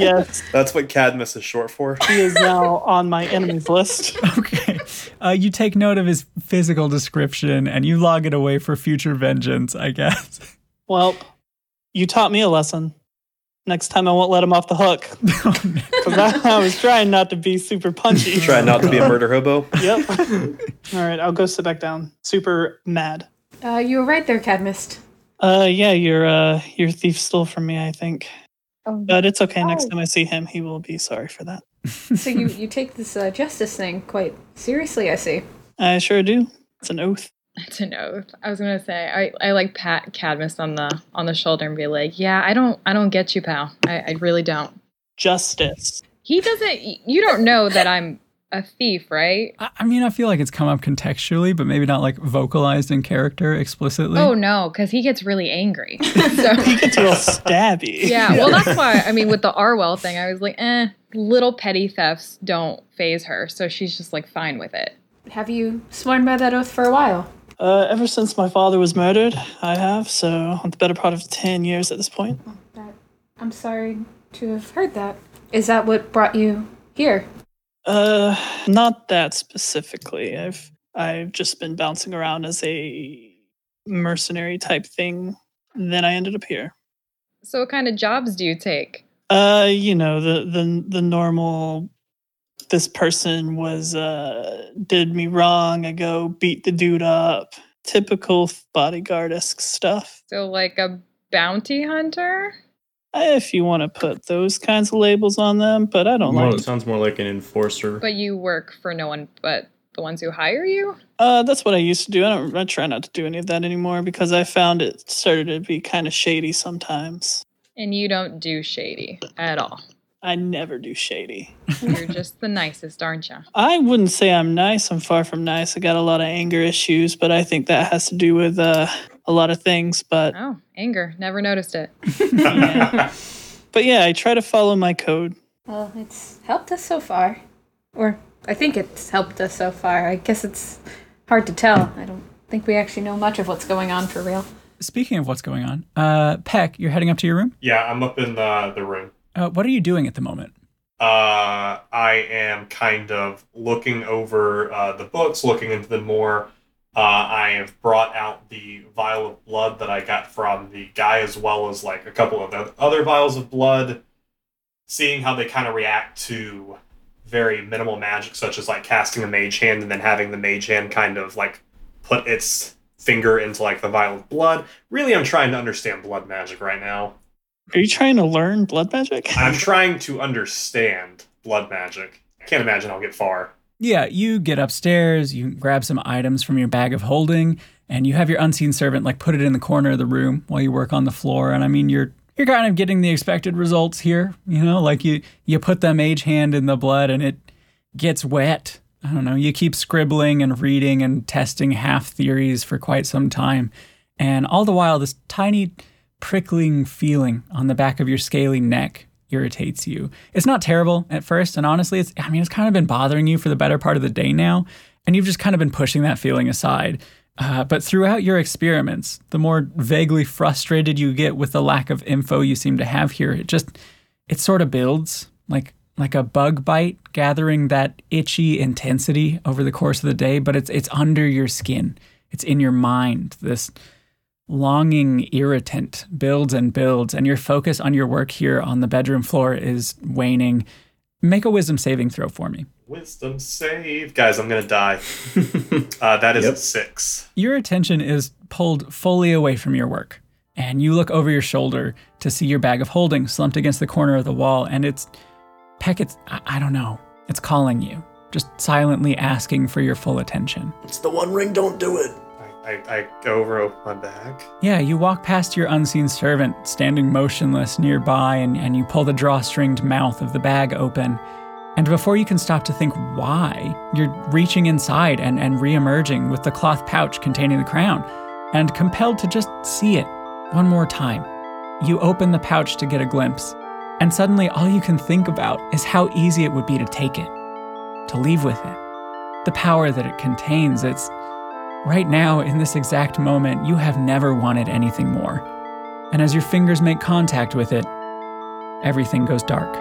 Speaker 5: yes,
Speaker 9: That's what Cadmus is short for.
Speaker 5: he is now on my enemies list.
Speaker 3: okay. Uh, you take note of his physical description and you log it away for future vengeance, I guess. [LAUGHS]
Speaker 5: Well, you taught me a lesson. Next time I won't let him off the hook. Because I, I was trying not to be super punchy.
Speaker 9: Try not to be a murder hobo.
Speaker 5: Yep. All right, I'll go sit back down. Super mad.
Speaker 2: Uh, you were right there, Cadmus.
Speaker 5: Uh, yeah, your uh, your thief stole from me. I think,
Speaker 6: Oh.
Speaker 5: but it's okay. Next time I see him, he will be sorry for that.
Speaker 2: So you, you take this uh, justice thing quite seriously, I see.
Speaker 5: I sure do. It's an oath.
Speaker 6: [LAUGHS] That's an oath. I was gonna say I, I like pat Cadmus on the on the shoulder and be like, yeah, I don't I don't get you, pal. I, I really don't.
Speaker 5: Justice.
Speaker 6: He doesn't. You don't know that I'm a thief, right?
Speaker 3: I, I mean, I feel like it's come up contextually, but maybe not like vocalized in character explicitly.
Speaker 6: Oh no, because he gets really angry. So
Speaker 5: It's real stabby.
Speaker 6: yeah, well that's why I mean with the Arwell thing, I was like, eh, little petty thefts don't phase her, so she's just like fine with it.
Speaker 2: Have you sworn by that oath for a while?
Speaker 5: Uh, ever since my father was murdered, I have so the better part of ten years at this point.
Speaker 2: That, I'm sorry to have heard that. Is that what brought you here?
Speaker 5: Uh, not that specifically. I've I've just been bouncing around as a mercenary type thing. Then I ended up here.
Speaker 6: So what kind of jobs do you take?
Speaker 5: Uh, you know the the the normal. This person was uh did me wrong. I go beat the dude up. Typical bodyguard esque stuff.
Speaker 6: So like a bounty hunter?
Speaker 5: If you want to put those kinds of labels on them, but I don't
Speaker 8: More-
Speaker 5: like.
Speaker 8: it sounds more like an enforcer.
Speaker 6: But you work for no one but the ones who hire you?
Speaker 5: Uh, that's what I used to do. I don't. I try not to do any of that anymore because I found it started to be kind of shady sometimes.
Speaker 6: And you don't do shady at all.
Speaker 5: I never do shady.
Speaker 6: You're just the nicest, aren't you?
Speaker 5: I wouldn't say I'm nice. I'm far from nice. I got a lot of anger issues, but I think that has to do with uh, a lot of things. But
Speaker 6: Oh, anger. Never noticed it.
Speaker 5: yeah. but yeah, I try to follow my code.
Speaker 2: Well, it's helped us so far. Or I think it's helped us so far. I guess it's hard to tell. I don't think we actually know much of what's going on for real.
Speaker 3: Speaking of what's going on, uh, Peck, you're heading up to your room.
Speaker 7: Yeah, I'm up in the, the room.
Speaker 3: Uh, what are you doing at the moment?
Speaker 7: uh, I am kind of looking over uh, the books, looking into them more. Uh, I have brought out the vial of blood that I got from the guy, as well as like a couple of the other vials of blood, seeing how they kind of react to very minimal magic, such as like casting a mage hand and then having the mage hand kind of like put its finger into like the vial of blood. Really, I'm trying to understand blood magic right now.
Speaker 5: Are you trying to learn blood magic?
Speaker 7: I'm trying to understand blood magic. Can't imagine I'll get far.
Speaker 3: Yeah, you get upstairs, you grab some items from your bag of holding, and you have your unseen servant like put it in the corner of the room while you work on the floor. And I mean, you're you're kind of getting the expected results here, you know, like you you put the mage hand in the blood and it gets wet. I don't know. You keep scribbling and reading and testing half theories for quite some time. And all the while, this tiny prickling feeling on the back of your scaly neck irritates you. It's not terrible at first. And honestly, it's, I mean, it's kind of been bothering you for the better part of the day now. And you've just kind of been pushing that feeling aside. Uh, but throughout your experiments, the more vaguely frustrated you get with the lack of info you seem to have here, it just it sort of builds like like a bug bite gathering that itchy intensity over the course of the day but it's it's under your skin it's in your mind this longing irritant builds and builds and your focus on your work here on the bedroom floor is waning Make a wisdom saving throw for me.
Speaker 7: Wisdom save. Guys, I'm going to die. uh, that is a
Speaker 8: Yep.
Speaker 7: six.
Speaker 3: Your attention is pulled fully away from your work, and you look over your shoulder to see your bag of holding slumped against the corner of the wall, and it's Peck, it's I, I don't know. It's calling you, just silently asking for your full attention.
Speaker 8: It's the one ring, don't do it.
Speaker 7: I, I, I go over open my bag.
Speaker 3: Yeah, you walk past your unseen servant standing motionless nearby, and, and you pull the drawstringed mouth of the bag open. And before you can stop to think why, you're reaching inside and, and re emerging with the cloth pouch containing the crown, and compelled to just see it one more time. You open the pouch to get a glimpse, and suddenly all you can think about is how easy it would be to take it, to leave with it. The power that it contains, its Right now, in this exact moment, you have never wanted anything more. And as your fingers make contact with it, everything goes dark.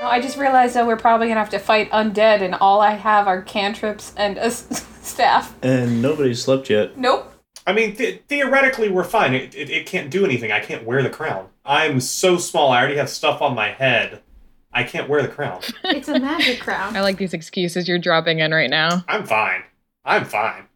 Speaker 2: No, I just realized that we're probably gonna have to fight undead, and all I have are cantrips and a s- [LAUGHS] staff.
Speaker 8: And nobody slept yet.
Speaker 2: Nope.
Speaker 7: I mean, th- theoretically, we're fine. It, it, it can't do anything. I can't wear the crown. I'm so small. I already have stuff on my head. I can't wear the crown.
Speaker 2: It's a magic crown.
Speaker 6: I like these excuses you're dropping in right now.
Speaker 7: I'm fine. I'm fine.